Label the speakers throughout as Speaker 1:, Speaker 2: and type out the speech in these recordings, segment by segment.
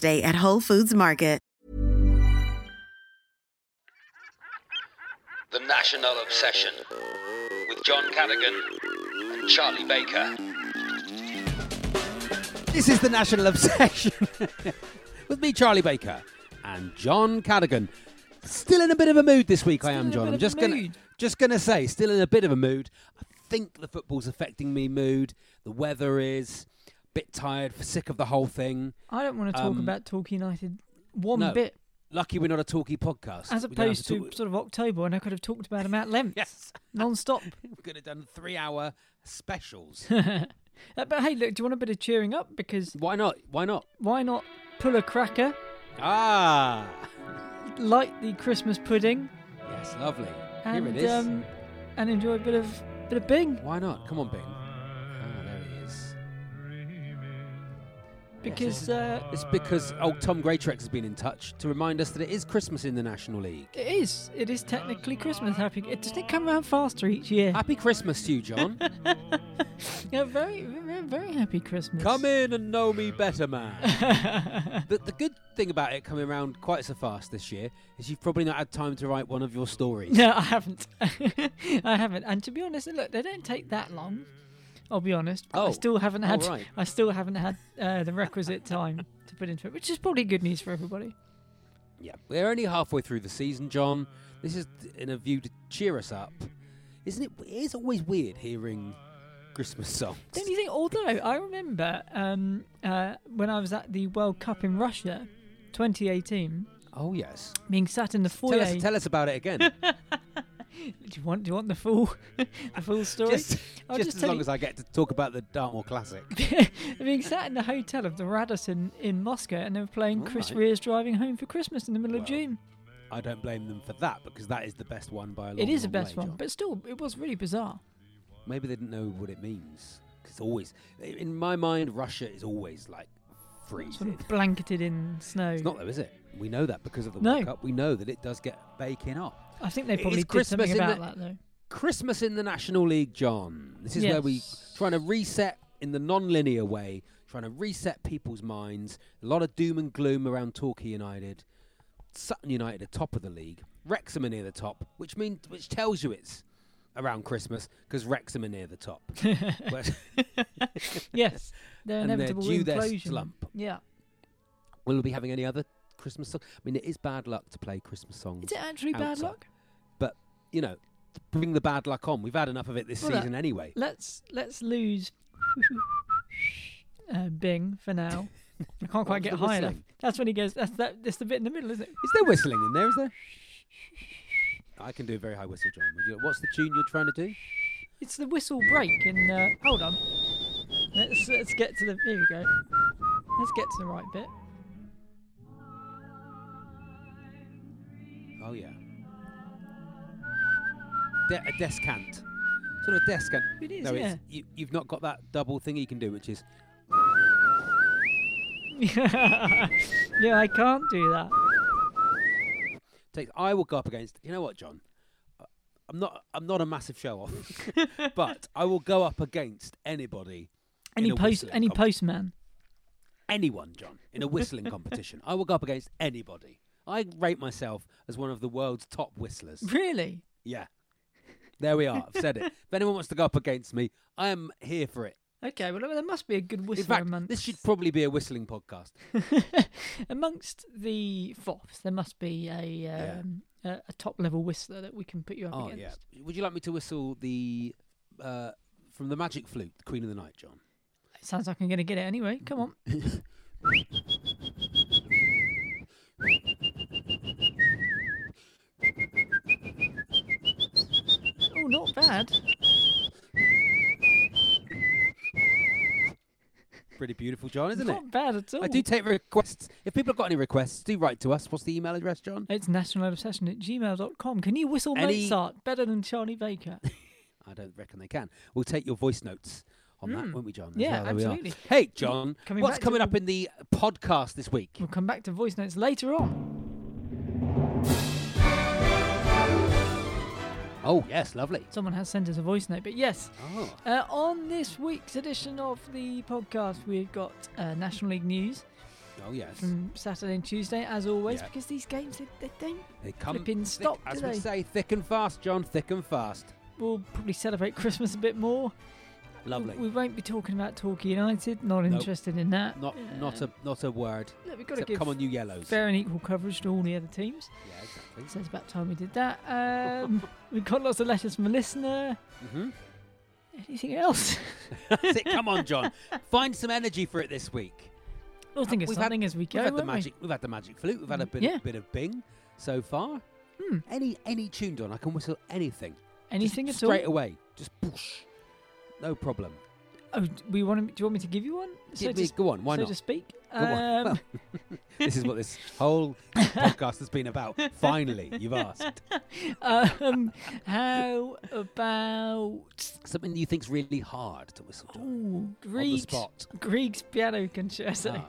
Speaker 1: Day at Whole Foods Market.
Speaker 2: The National Obsession with John Cadogan and Charlie Baker.
Speaker 3: This is the National Obsession with me, Charlie Baker, and John Cadogan. Still in a bit of a mood this week, I am, John. I'm just gonna just gonna say, still in a bit of a mood. I think the football's affecting me mood. The weather is a bit tired, sick of the whole thing.
Speaker 4: I don't want to talk
Speaker 3: Um,
Speaker 4: about Talk United one
Speaker 3: no.
Speaker 4: bit,
Speaker 3: Lucky we're not a talky podcast.
Speaker 4: as
Speaker 3: We don't have
Speaker 4: opposed to,
Speaker 3: talk-
Speaker 4: sort of October, and I could have talked about them at length,
Speaker 3: Yes.
Speaker 4: non-stop.
Speaker 3: we could have done three hour specials.
Speaker 4: Uh, but hey, look, do you want a bit of cheering up? Because
Speaker 3: Why not? Why not?
Speaker 4: why not pull a cracker,
Speaker 3: Ah,
Speaker 4: light the Christmas pudding,
Speaker 3: yes, lovely.
Speaker 4: and
Speaker 3: Here it is.
Speaker 4: Um, and enjoy a bit of bit of Bing.
Speaker 3: Why not? Come on, Bing. Ah, there he is.
Speaker 4: Because uh,
Speaker 3: It's because old Tom Greatrex has been in touch to remind us that it is Christmas in the National League.
Speaker 4: it is it is technically Christmas. Happy it doesn't it come around faster each year.
Speaker 3: Happy Christmas to you, John.
Speaker 4: yeah, very very very happy Christmas.
Speaker 3: Come in and know me better, man. the, the good thing about it coming around quite so fast this year is you've probably not had time to write one of your stories.
Speaker 4: No, I haven't. I haven't. And to be honest, look, they don't take that long. I'll be honest. but
Speaker 3: Oh,
Speaker 4: I still haven't
Speaker 3: all
Speaker 4: had.
Speaker 3: right.
Speaker 4: I still haven't had uh, the requisite time to put into it, which is probably good news for everybody.
Speaker 3: Yeah, we're only halfway through the season, John. This is in a view to cheer us up. Isn't it? It is always weird hearing Christmas songs.
Speaker 4: Don't you think? Although I remember um, uh, when I was at the World Cup in Russia, 2018,
Speaker 3: Oh, yes.
Speaker 4: being sat in the foyer.
Speaker 3: Tell us, tell us about it again.
Speaker 4: do you want? Do you want the full, the full story?
Speaker 3: just
Speaker 4: I'll
Speaker 3: just
Speaker 4: just
Speaker 3: as
Speaker 4: tell
Speaker 3: long
Speaker 4: you-
Speaker 3: as I get to talk about the Dartmoor Classic.
Speaker 4: being sat in the hotel of the Radisson in Moscow, and they were playing
Speaker 3: All
Speaker 4: Chris
Speaker 3: right.
Speaker 4: Rears Driving Home for Christmas in the middle
Speaker 3: Well,
Speaker 4: of June.
Speaker 3: I don't blame them for that because that is the best one by a long
Speaker 4: It is the
Speaker 3: long
Speaker 4: best
Speaker 3: way,
Speaker 4: one,
Speaker 3: John.
Speaker 4: but still, it was really bizarre.
Speaker 3: Maybe they didn't know what it means. 'Cause It's always, in my mind, Russia is always like
Speaker 4: Sort
Speaker 3: freezing.
Speaker 4: of blanketed in snow.
Speaker 3: It's not though, is it? We know that because of the
Speaker 4: No.
Speaker 3: World Cup. We know that it does get baking up.
Speaker 4: I think they
Speaker 3: It is
Speaker 4: probably did
Speaker 3: Christmas,
Speaker 4: something
Speaker 3: isn't
Speaker 4: about
Speaker 3: it?
Speaker 4: that though.
Speaker 3: Christmas in the National League, John. This is where we
Speaker 4: Yes.
Speaker 3: trying to reset in the non-linear way, trying to reset people's minds. A lot of doom and gloom around Torquay United. Sutton United are top of the league. Wrexham are near the top, which means which tells you it's around Christmas because Wrexham are near the top. Whereas-
Speaker 4: Yes, their
Speaker 3: And they're
Speaker 4: inevitable
Speaker 3: due their
Speaker 4: implosion.
Speaker 3: slump.
Speaker 4: Yeah,
Speaker 3: Will we be having any other Christmas songs? I mean, it is bad luck to play Christmas songs.
Speaker 4: is it actually bad
Speaker 3: outside.
Speaker 4: luck?
Speaker 3: But you know, bring the bad luck on. We've had enough of it this
Speaker 4: Well,
Speaker 3: season anyway.
Speaker 4: Let's let's lose uh, Bing for now. I can't
Speaker 3: What
Speaker 4: quite get
Speaker 3: was the
Speaker 4: high enough.
Speaker 3: whistling?
Speaker 4: That's when he goes. That's that. That's the bit in the middle, isn't it?
Speaker 3: Is there whistling in there? Is there? I can do a very high whistle, John. Would you- What's the tune you're trying to do?
Speaker 4: It's the whistle break. And uh, hold on. Let's let's get to the. Here we go. Let's get to the right bit.
Speaker 3: Oh yeah, De- a descant, sort of a descant.
Speaker 4: It is,
Speaker 3: No, it's-
Speaker 4: yeah.
Speaker 3: you, you've not got that double thing you can do, which is.
Speaker 4: yeah, I can't do that.
Speaker 3: Take, I will go up against. You know what, John? I- I'm not. I'm not a massive show off, but I will go up against anybody. in
Speaker 4: Any
Speaker 3: a
Speaker 4: post,
Speaker 3: whistling
Speaker 4: any
Speaker 3: comp-
Speaker 4: postman.
Speaker 3: anyone, John, in a whistling competition. I will go up against anybody. I rate myself as one of the world's top whistlers.
Speaker 4: Really?
Speaker 3: Yeah. There we are. I've said it. If anyone wants to go up against me, I am here for it.
Speaker 4: Okay, well there must be a good
Speaker 3: In
Speaker 4: whistler
Speaker 3: fact,
Speaker 4: amongst
Speaker 3: this should probably be a whistling podcast.
Speaker 4: amongst the fops. There must be a
Speaker 3: Yeah.
Speaker 4: um, a, a top level whistler that we can put you up
Speaker 3: Oh
Speaker 4: against.
Speaker 3: yeah. Would you like me to whistle the uh, from the Magic Flute, the Queen of the Night, John?
Speaker 4: It sounds like I'm going to get it anyway. Come on. oh, not bad.
Speaker 3: Pretty beautiful, John, isn't it?
Speaker 4: not bad at all.
Speaker 3: I do take requests. If people have got any requests, do write to us. What's the email address, John?
Speaker 4: it's nationalobsession at gmail.com. Can you whistle
Speaker 3: Any-
Speaker 4: Mozart better than Charlie Baker?
Speaker 3: I don't reckon they can. We'll take your voice notes on that, won't we, John? as
Speaker 4: Hmm. Yeah,
Speaker 3: well? There we are.
Speaker 4: absolutely.
Speaker 3: Hey, John,
Speaker 4: Coming
Speaker 3: what's
Speaker 4: back Mm. to
Speaker 3: coming
Speaker 4: the-
Speaker 3: up in the podcast this week?
Speaker 4: we'll come back to voice notes later on.
Speaker 3: Oh, yes, lovely.
Speaker 4: Someone has sent us a voice note, but yes.
Speaker 3: Oh,
Speaker 4: Uh, on this week's edition of the podcast, we've got uh, National League news
Speaker 3: oh yes.
Speaker 4: from Saturday and Tuesday, as always,
Speaker 3: Yeah.
Speaker 4: because these games, they, they don't
Speaker 3: They come
Speaker 4: flipping
Speaker 3: thick-
Speaker 4: stop,
Speaker 3: as
Speaker 4: do
Speaker 3: we
Speaker 4: they?
Speaker 3: say, thick and fast, John. Thick and fast.
Speaker 4: We'll probably celebrate Christmas a bit more.
Speaker 3: Lovely.
Speaker 4: We won't be talking about Torquay United. Not
Speaker 3: Nope.
Speaker 4: interested in that.
Speaker 3: not
Speaker 4: Uh,
Speaker 3: not a not a word.
Speaker 4: Look, we've got to
Speaker 3: Except
Speaker 4: give
Speaker 3: come on, you yellows.
Speaker 4: fair and equal coverage to all the other teams.
Speaker 3: Yeah, exactly.
Speaker 4: So it's about time we did that. Um, we've got lots of letters from a listener.
Speaker 3: Mhm.
Speaker 4: Anything else?
Speaker 3: That's it. Come on, John. Find some energy for it this week.
Speaker 4: We'll think of
Speaker 3: We've had-
Speaker 4: something as we go.
Speaker 3: We've had the
Speaker 4: won't we?
Speaker 3: magic. We? have had the magic flute. We've had a bit
Speaker 4: Yeah.
Speaker 3: bit of bing so far.
Speaker 4: Hmm.
Speaker 3: Any any tune, John? I can whistle anything. Just
Speaker 4: Anything at all?
Speaker 3: straight away. Just push. No problem.
Speaker 4: Oh, d- we want. To, do you want me to give you one? So
Speaker 3: Give
Speaker 4: to,
Speaker 3: me-
Speaker 4: s-
Speaker 3: go on. Why
Speaker 4: so
Speaker 3: not?
Speaker 4: to speak.
Speaker 3: Go on.
Speaker 4: Um,
Speaker 3: this is what this whole podcast has been about. Finally, you've asked
Speaker 4: um, how about
Speaker 3: something you think's really hard to whistle. John.
Speaker 4: ooh, Grieg's
Speaker 3: spot.
Speaker 4: Grieg's piano concerto?
Speaker 3: Ah.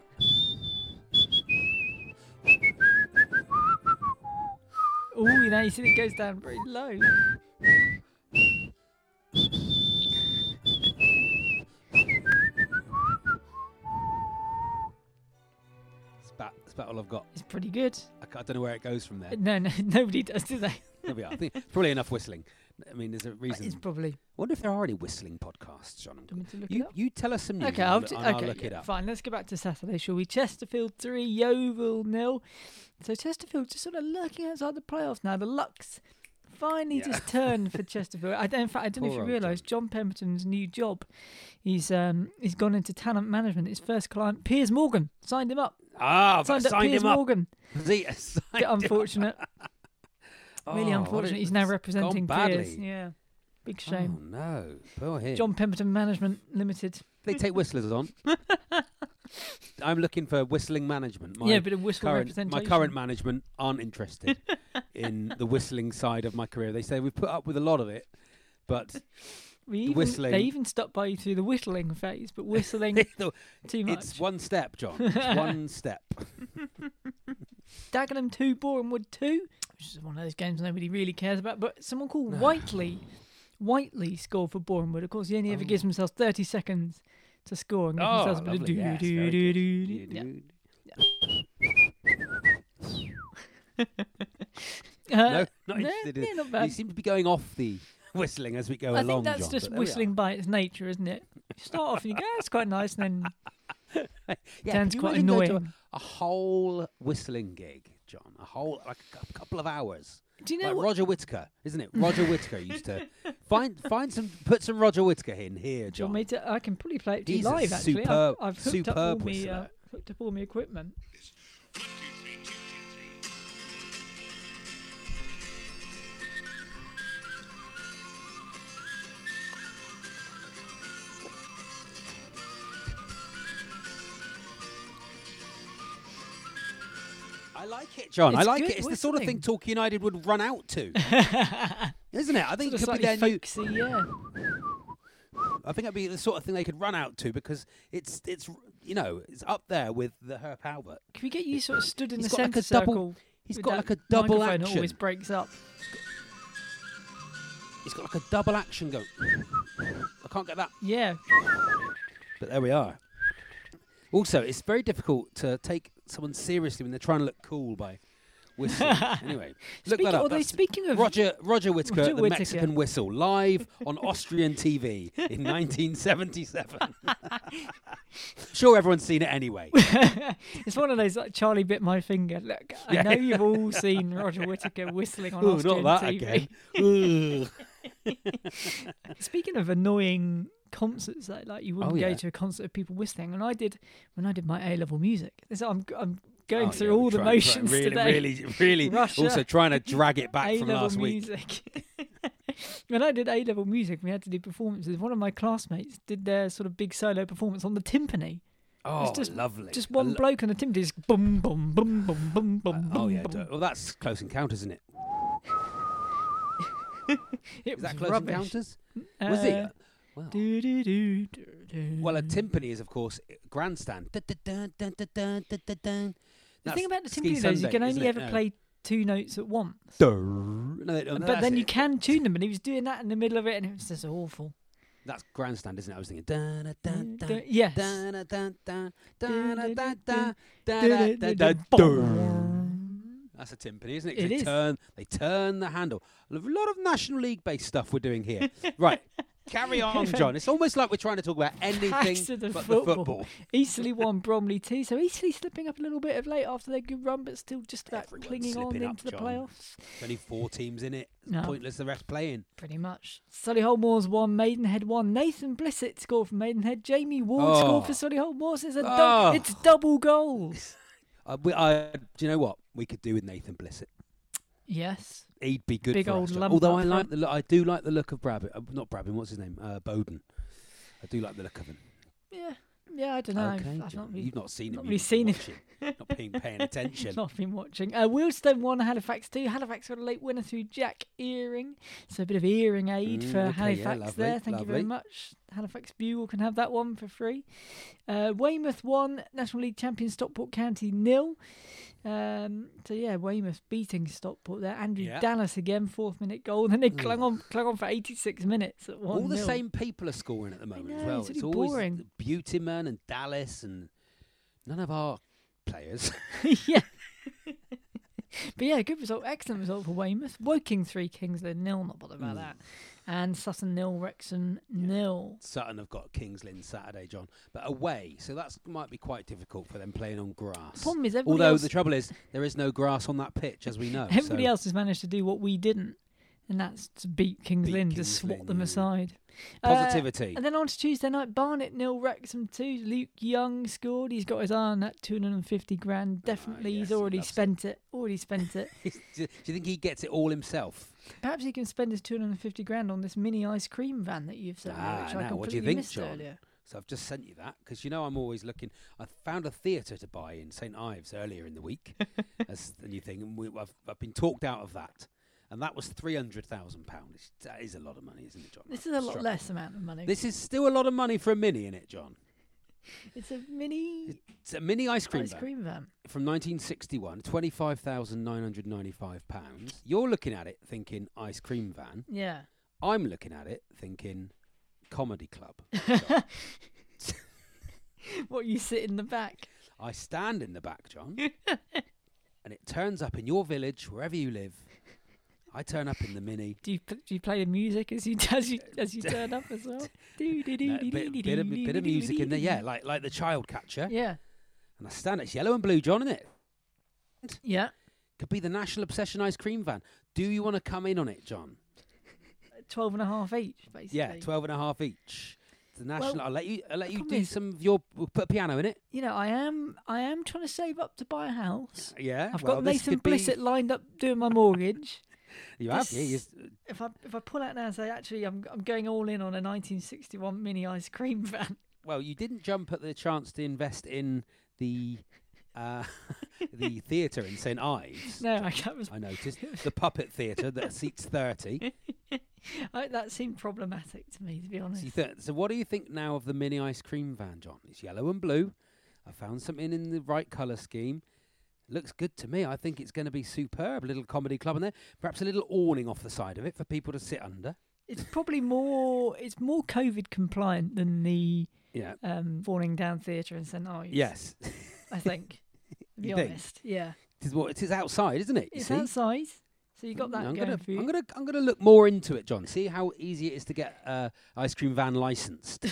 Speaker 4: Oh, you know, you see it goes down very low.
Speaker 3: It's about, it's about all I've got.
Speaker 4: It's pretty good.
Speaker 3: I, ca- I don't know where it goes from there.
Speaker 4: No, no, nobody does, do they?
Speaker 3: There we are. I think it's probably enough whistling. I mean, there's a reason.
Speaker 4: It's probably.
Speaker 3: I wonder if there are any whistling podcasts, John.
Speaker 4: Do you want me to look
Speaker 3: you,
Speaker 4: it up?
Speaker 3: you tell us some news
Speaker 4: Okay,
Speaker 3: Hmm, and
Speaker 4: I'll,
Speaker 3: I'll,
Speaker 4: t-
Speaker 3: and I'll
Speaker 4: okay,
Speaker 3: look it
Speaker 4: yeah,
Speaker 3: up.
Speaker 4: Fine, let's go back to Saturday, shall we? Chesterfield 3, Yeovil nil. So Chesterfield just sort of lurking outside the playoffs now. The Lux finally
Speaker 3: Yeah.
Speaker 4: just turned for Chesterfield. I, don't- in fact, I don't know if
Speaker 3: Poor
Speaker 4: you
Speaker 3: old
Speaker 4: realise, John Pemberton's new job, he's um, he's gone into talent management. His first client, Piers Morgan, signed him up.
Speaker 3: Ah, I've
Speaker 4: signed up
Speaker 3: signed
Speaker 4: Piers
Speaker 3: him up.
Speaker 4: Morgan.
Speaker 3: See, I signed
Speaker 4: Bit
Speaker 3: him up.
Speaker 4: unfortunate.
Speaker 3: Oh,
Speaker 4: really
Speaker 3: what
Speaker 4: unfortunate.
Speaker 3: a-
Speaker 4: He's now
Speaker 3: it's
Speaker 4: representing
Speaker 3: gone badly.
Speaker 4: Piers. Yeah, big shame.
Speaker 3: Oh no, poor him.
Speaker 4: John Pemberton Management Limited.
Speaker 3: They take whistlers on. I'm looking for whistling management. My
Speaker 4: Yeah, a bit of whistle
Speaker 3: current, My current
Speaker 4: representation.
Speaker 3: management aren't interested in the whistling side of my career. They say we've put up with a lot of it, but
Speaker 4: We even,
Speaker 3: whistling.
Speaker 4: They even stopped by you through the whittling phase, but whistling
Speaker 3: it's
Speaker 4: too much.
Speaker 3: one step, John. It's one step.
Speaker 4: Dagenham 2, Borehamwood 2, which is one of those games nobody really cares about, but someone called Whiteley. Whiteley scored for Borehamwood. Of course, he only
Speaker 3: Um,
Speaker 4: ever gives himself 30 seconds to score and give himself a bit of
Speaker 3: Oh, lovely. Yes, very
Speaker 4: do-
Speaker 3: good.
Speaker 4: do- do- do- yeah.
Speaker 3: No,
Speaker 4: Uh,
Speaker 3: not interested in
Speaker 4: yeah, not
Speaker 3: You
Speaker 4: bad.
Speaker 3: seem to be going off the whistling as we go
Speaker 4: I
Speaker 3: along.
Speaker 4: think that's
Speaker 3: John,
Speaker 4: just
Speaker 3: but there we are.
Speaker 4: whistling by its nature, isn't it? You start off and you go, "Oh, it's quite nice, and then
Speaker 3: Yeah, could
Speaker 4: Sounds
Speaker 3: you
Speaker 4: quite
Speaker 3: imagine going to a-
Speaker 4: annoying.
Speaker 3: A whole whistling gig, John. A whole like a cou- couple of hours.
Speaker 4: Do you know
Speaker 3: like
Speaker 4: what-
Speaker 3: Roger Whittaker, isn't it? Roger Whittaker used to find find some put some Roger Whittaker in here,
Speaker 4: Do you
Speaker 3: John.
Speaker 4: want me to, I can probably play it to you
Speaker 3: He's a
Speaker 4: live, actually.
Speaker 3: superb-
Speaker 4: I've, I've hooked, up
Speaker 3: superb
Speaker 4: all me, uh,
Speaker 3: whistler.
Speaker 4: hooked up all my equipment.
Speaker 3: I like it, John. I
Speaker 4: It's
Speaker 3: like
Speaker 4: good
Speaker 3: it. It's the sort of thing
Speaker 4: whistling.
Speaker 3: Talk United would run out to, isn't it? I think
Speaker 4: Sort of
Speaker 3: it could be
Speaker 4: slightly
Speaker 3: their new.
Speaker 4: folksy, yeah.
Speaker 3: I think it'd be the sort of thing they could run out to because it's it's you know it's up there with the Herb Albert.
Speaker 4: Can we get you sort of stood in
Speaker 3: He's
Speaker 4: the
Speaker 3: got like
Speaker 4: centre
Speaker 3: a double-
Speaker 4: circle?
Speaker 3: he's
Speaker 4: with
Speaker 3: got
Speaker 4: that
Speaker 3: like a double
Speaker 4: microphone that
Speaker 3: action.
Speaker 4: always breaks up.
Speaker 3: It's got like a double action going. I can't get that,
Speaker 4: Yeah.
Speaker 3: but there we are. Also, it's very difficult to take someone seriously when they're trying to look cool by whistling. anyway, look
Speaker 4: Speaking-
Speaker 3: that up.
Speaker 4: although
Speaker 3: That's
Speaker 4: speaking of-
Speaker 3: Roger Roger Whitaker,
Speaker 4: Roger
Speaker 3: the
Speaker 4: Whittaker.
Speaker 3: Mexican whistle, live on Austrian TV in 1977. sure, everyone's seen it anyway.
Speaker 4: It's one of those like Charlie bit my finger. Look, I know you've all seen Roger Whittaker whistling on
Speaker 3: Ooh,
Speaker 4: Austrian
Speaker 3: not that
Speaker 4: TV.
Speaker 3: again. Ugh.
Speaker 4: Speaking of annoying concerts that like you wouldn't
Speaker 3: Oh,
Speaker 4: go
Speaker 3: yeah.
Speaker 4: to a concert of people whistling, and I did when I did my A level music. This I'm I'm going
Speaker 3: Oh,
Speaker 4: through
Speaker 3: yeah,
Speaker 4: all
Speaker 3: we're
Speaker 4: the
Speaker 3: trying- trying-
Speaker 4: motions
Speaker 3: really,
Speaker 4: today.
Speaker 3: Really, really,
Speaker 4: Russia,
Speaker 3: also trying to drag it back from
Speaker 4: A-level
Speaker 3: last week.
Speaker 4: music. when I did A level music, we had to do performances. One of my classmates did their sort of big solo performance on the timpani.
Speaker 3: Oh,
Speaker 4: It's just
Speaker 3: lovely.
Speaker 4: Just
Speaker 3: I
Speaker 4: one
Speaker 3: lo-
Speaker 4: bloke on the timpani, just boom, boom, boom, boom, boom, boom.
Speaker 3: Oh
Speaker 4: boom,
Speaker 3: yeah.
Speaker 4: boom.
Speaker 3: d- Well, that's close encounters, isn't it?
Speaker 4: It
Speaker 3: Is that
Speaker 4: was
Speaker 3: close
Speaker 4: rubbish.
Speaker 3: encounters? Was it?
Speaker 4: Uh,
Speaker 3: Well,
Speaker 4: Do, do, do, do, do.
Speaker 3: well, a timpani is of course i- grandstand. Dun, dun, dun, dun, dun, dun, dun, dun, dun.
Speaker 4: the
Speaker 3: That's
Speaker 4: thing about the
Speaker 3: Ski
Speaker 4: timpani though is you
Speaker 3: Sunday,
Speaker 4: can
Speaker 3: isn't
Speaker 4: only
Speaker 3: it?
Speaker 4: ever
Speaker 3: No.
Speaker 4: play two notes at once.
Speaker 3: Durr. No, they don't-
Speaker 4: but
Speaker 3: that's
Speaker 4: then you
Speaker 3: it.
Speaker 4: can tune them, and he was doing that in the middle of it, and it was just awful.
Speaker 3: That's grandstand, isn't it? I was thinking. Dun, dun, dun,
Speaker 4: Dun,
Speaker 3: dun,
Speaker 4: yes.
Speaker 3: dun, dun, dun, dun, dun,
Speaker 4: Dun,
Speaker 3: dun, dun,
Speaker 4: dun,
Speaker 3: dun,
Speaker 4: dun,
Speaker 3: dun, dun, dun, durr. That's a timpani, isn't it? 'Cause
Speaker 4: It
Speaker 3: they
Speaker 4: is.
Speaker 3: turn they turn the handle. A lot of National League based stuff we're doing here. right. Carry on, John. It's almost like we're trying to talk about
Speaker 4: Back to
Speaker 3: anything
Speaker 4: the
Speaker 3: but
Speaker 4: football.
Speaker 3: the football.
Speaker 4: Eastleigh won Bromley two, so Eastleigh slipping up a little bit of late after their good run, but still just about
Speaker 3: Everyone's
Speaker 4: clinging on
Speaker 3: slipping
Speaker 4: into
Speaker 3: up,
Speaker 4: the
Speaker 3: John.
Speaker 4: playoffs.
Speaker 3: There's only four teams in it. It's
Speaker 4: No.
Speaker 3: pointless the rest playing.
Speaker 4: Pretty much. Sully Moors won, Maidenhead won. Nathan Blissett scored for Maidenhead. Jamie Ward
Speaker 3: Oh.
Speaker 4: scored for Sully Moors. It's a dou-
Speaker 3: Oh.
Speaker 4: it's double goals.
Speaker 3: Uh, we, I, do you know what we could do with Nathan Blissett?
Speaker 4: yes.
Speaker 3: He'd be good.
Speaker 4: Big
Speaker 3: for
Speaker 4: old
Speaker 3: us, John.
Speaker 4: lump
Speaker 3: Although
Speaker 4: up
Speaker 3: I like
Speaker 4: front.
Speaker 3: the, look- I do like the look of Brabham. Uh, not Brabham. What's his name? Uh, Bowden. I do like the look of him.
Speaker 4: Yeah. Yeah, I don't know.
Speaker 3: okay,
Speaker 4: I've
Speaker 3: John.
Speaker 4: not really,
Speaker 3: you've not seen him.
Speaker 4: not
Speaker 3: you've
Speaker 4: really seen
Speaker 3: been
Speaker 4: him.
Speaker 3: watching, not being paying attention.
Speaker 4: Not been watching. Uh, Wealdstone won Halifax 2. Halifax got a late winner through Jack Earing. So a bit of earring aid
Speaker 3: Mm,
Speaker 4: for
Speaker 3: okay, yeah,
Speaker 4: Halifax
Speaker 3: lovely,
Speaker 4: there. Thank you
Speaker 3: lovely.
Speaker 4: very much. Halifax Bugle can have that one for free. Uh, Weymouth won. National League champion Stockport County nil. Um, so yeah, Weymouth beating Stockport there. Andrew
Speaker 3: Yeah. Mm.
Speaker 4: Dallas again, fourth minute goal. And then they clung on, clung on for 86 minutes at 1
Speaker 3: All the same people are scoring at the moment as
Speaker 4: know,
Speaker 3: well.
Speaker 4: it's really
Speaker 3: always
Speaker 4: boring.
Speaker 3: Buteman and Dallas and none of our players.
Speaker 4: yeah. but yeah, good result. Excellent result for Weymouth. Woking three Kings, they're nil, not bothered
Speaker 3: Hmm.
Speaker 4: about that. And Sutton nil, Wrexham nil.
Speaker 3: Sutton have got Kings Lynn Saturday, John, but away, so that might be quite difficult for them playing on grass.
Speaker 4: problem is everybody
Speaker 3: although the
Speaker 4: else-
Speaker 3: trouble is there is no grass on that pitch, as we know.
Speaker 4: Everybody
Speaker 3: Oh, so-
Speaker 4: else has managed to do what we didn't, and that's to beat Kings
Speaker 3: Beat
Speaker 4: Lynn,
Speaker 3: Kings
Speaker 4: to swat
Speaker 3: Lynn,
Speaker 4: them
Speaker 3: yeah.
Speaker 4: aside.
Speaker 3: Positivity.
Speaker 4: Uh, and then on to Tuesday night, Barnet nil, Wrexham two. Luke Young scored. He's got his eye on that 250 grand. Definitely,
Speaker 3: Ah, yes,
Speaker 4: he's
Speaker 3: he
Speaker 4: already
Speaker 3: loves it.
Speaker 4: spent it. Already spent it.
Speaker 3: do you think he gets it all himself?
Speaker 4: Perhaps he can spend his 250 grand on this mini ice cream van that you've sent me,
Speaker 3: ah,
Speaker 4: which I
Speaker 3: now
Speaker 4: completely
Speaker 3: what do you think,
Speaker 4: missed
Speaker 3: John?
Speaker 4: earlier.
Speaker 3: So I've just sent you that because you know I'm always looking. I found a theatre to buy in St Ives earlier in the week, as the new thing, and we, I've, I've been talked out of that, and that was three hundred thousand pounds. That is a lot of money, isn't it, John?
Speaker 4: This
Speaker 3: I'm
Speaker 4: is a lot
Speaker 3: struggling.
Speaker 4: less amount of money.
Speaker 3: This is still a lot of money for a mini, in it, John?
Speaker 4: It's a mini
Speaker 3: It's a mini ice cream.
Speaker 4: ice
Speaker 3: van.
Speaker 4: cream van.
Speaker 3: from 1961, £25,995. You're looking at it thinking ice cream van.
Speaker 4: Yeah.
Speaker 3: I'm looking at it thinking comedy club.
Speaker 4: What you sit in the back.
Speaker 3: I stand in the back, John, and it turns up in your village, wherever you live. I turn up in the mini.
Speaker 4: Do you p- do you play the music as you as you as you turn up as well? Do, do, do,
Speaker 3: A
Speaker 4: do,
Speaker 3: bit,
Speaker 4: do,
Speaker 3: bit, of,
Speaker 4: do,
Speaker 3: bit of
Speaker 4: do, do,
Speaker 3: music in there,
Speaker 4: do,
Speaker 3: yeah,
Speaker 4: do.
Speaker 3: like like the child catcher.
Speaker 4: Yeah.
Speaker 3: And I stand, it's yellow and blue, John, isn't it?
Speaker 4: Yeah.
Speaker 3: Could be the National Obsession ice cream van. Do you want to come in on it, John?
Speaker 4: Twelve and a half each, basically.
Speaker 3: Yeah, 12 and a half each. The national.
Speaker 4: Well,
Speaker 3: I'll let you. I'll let
Speaker 4: the
Speaker 3: you
Speaker 4: problem
Speaker 3: do
Speaker 4: is-
Speaker 3: some of your. We'll put a piano in it.
Speaker 4: You know, I am I am trying to save up to buy a house.
Speaker 3: Yeah.
Speaker 4: I've
Speaker 3: well,
Speaker 4: got
Speaker 3: this
Speaker 4: Nathan
Speaker 3: could be-
Speaker 4: Blissett lined up doing my mortgage.
Speaker 3: You have. Yeah. You,
Speaker 4: This- if I if I pull out now and say actually I'm I'm going all in on a 1961 mini ice cream van.
Speaker 3: well, you didn't jump at the chance to invest in the uh, the theatre in St Ives.
Speaker 4: No, I, that was
Speaker 3: I noticed the puppet theatre that seats thirty.
Speaker 4: I, that seemed problematic to me, to be honest.
Speaker 3: So, you th- so what do you think now of the mini ice cream van, John? It's yellow and blue. I found something in the right colour scheme. Looks good to me. I think it's going to be superb. A little comedy club in there. Perhaps a little awning off the side of it for people to sit under.
Speaker 4: it's probably more it's more COVID compliant than the
Speaker 3: Yeah.
Speaker 4: um, falling down theatre in St Ives.
Speaker 3: Yes.
Speaker 4: I think. To be
Speaker 3: You think?
Speaker 4: honest, yeah,
Speaker 3: it is what it is outside, isn't it? You
Speaker 4: it's
Speaker 3: see?
Speaker 4: outside, so you got that
Speaker 3: I'm
Speaker 4: going
Speaker 3: gonna,
Speaker 4: for you.
Speaker 3: I'm gonna, I'm gonna look more into it, John. See how easy it is to get uh, ice cream van licensed.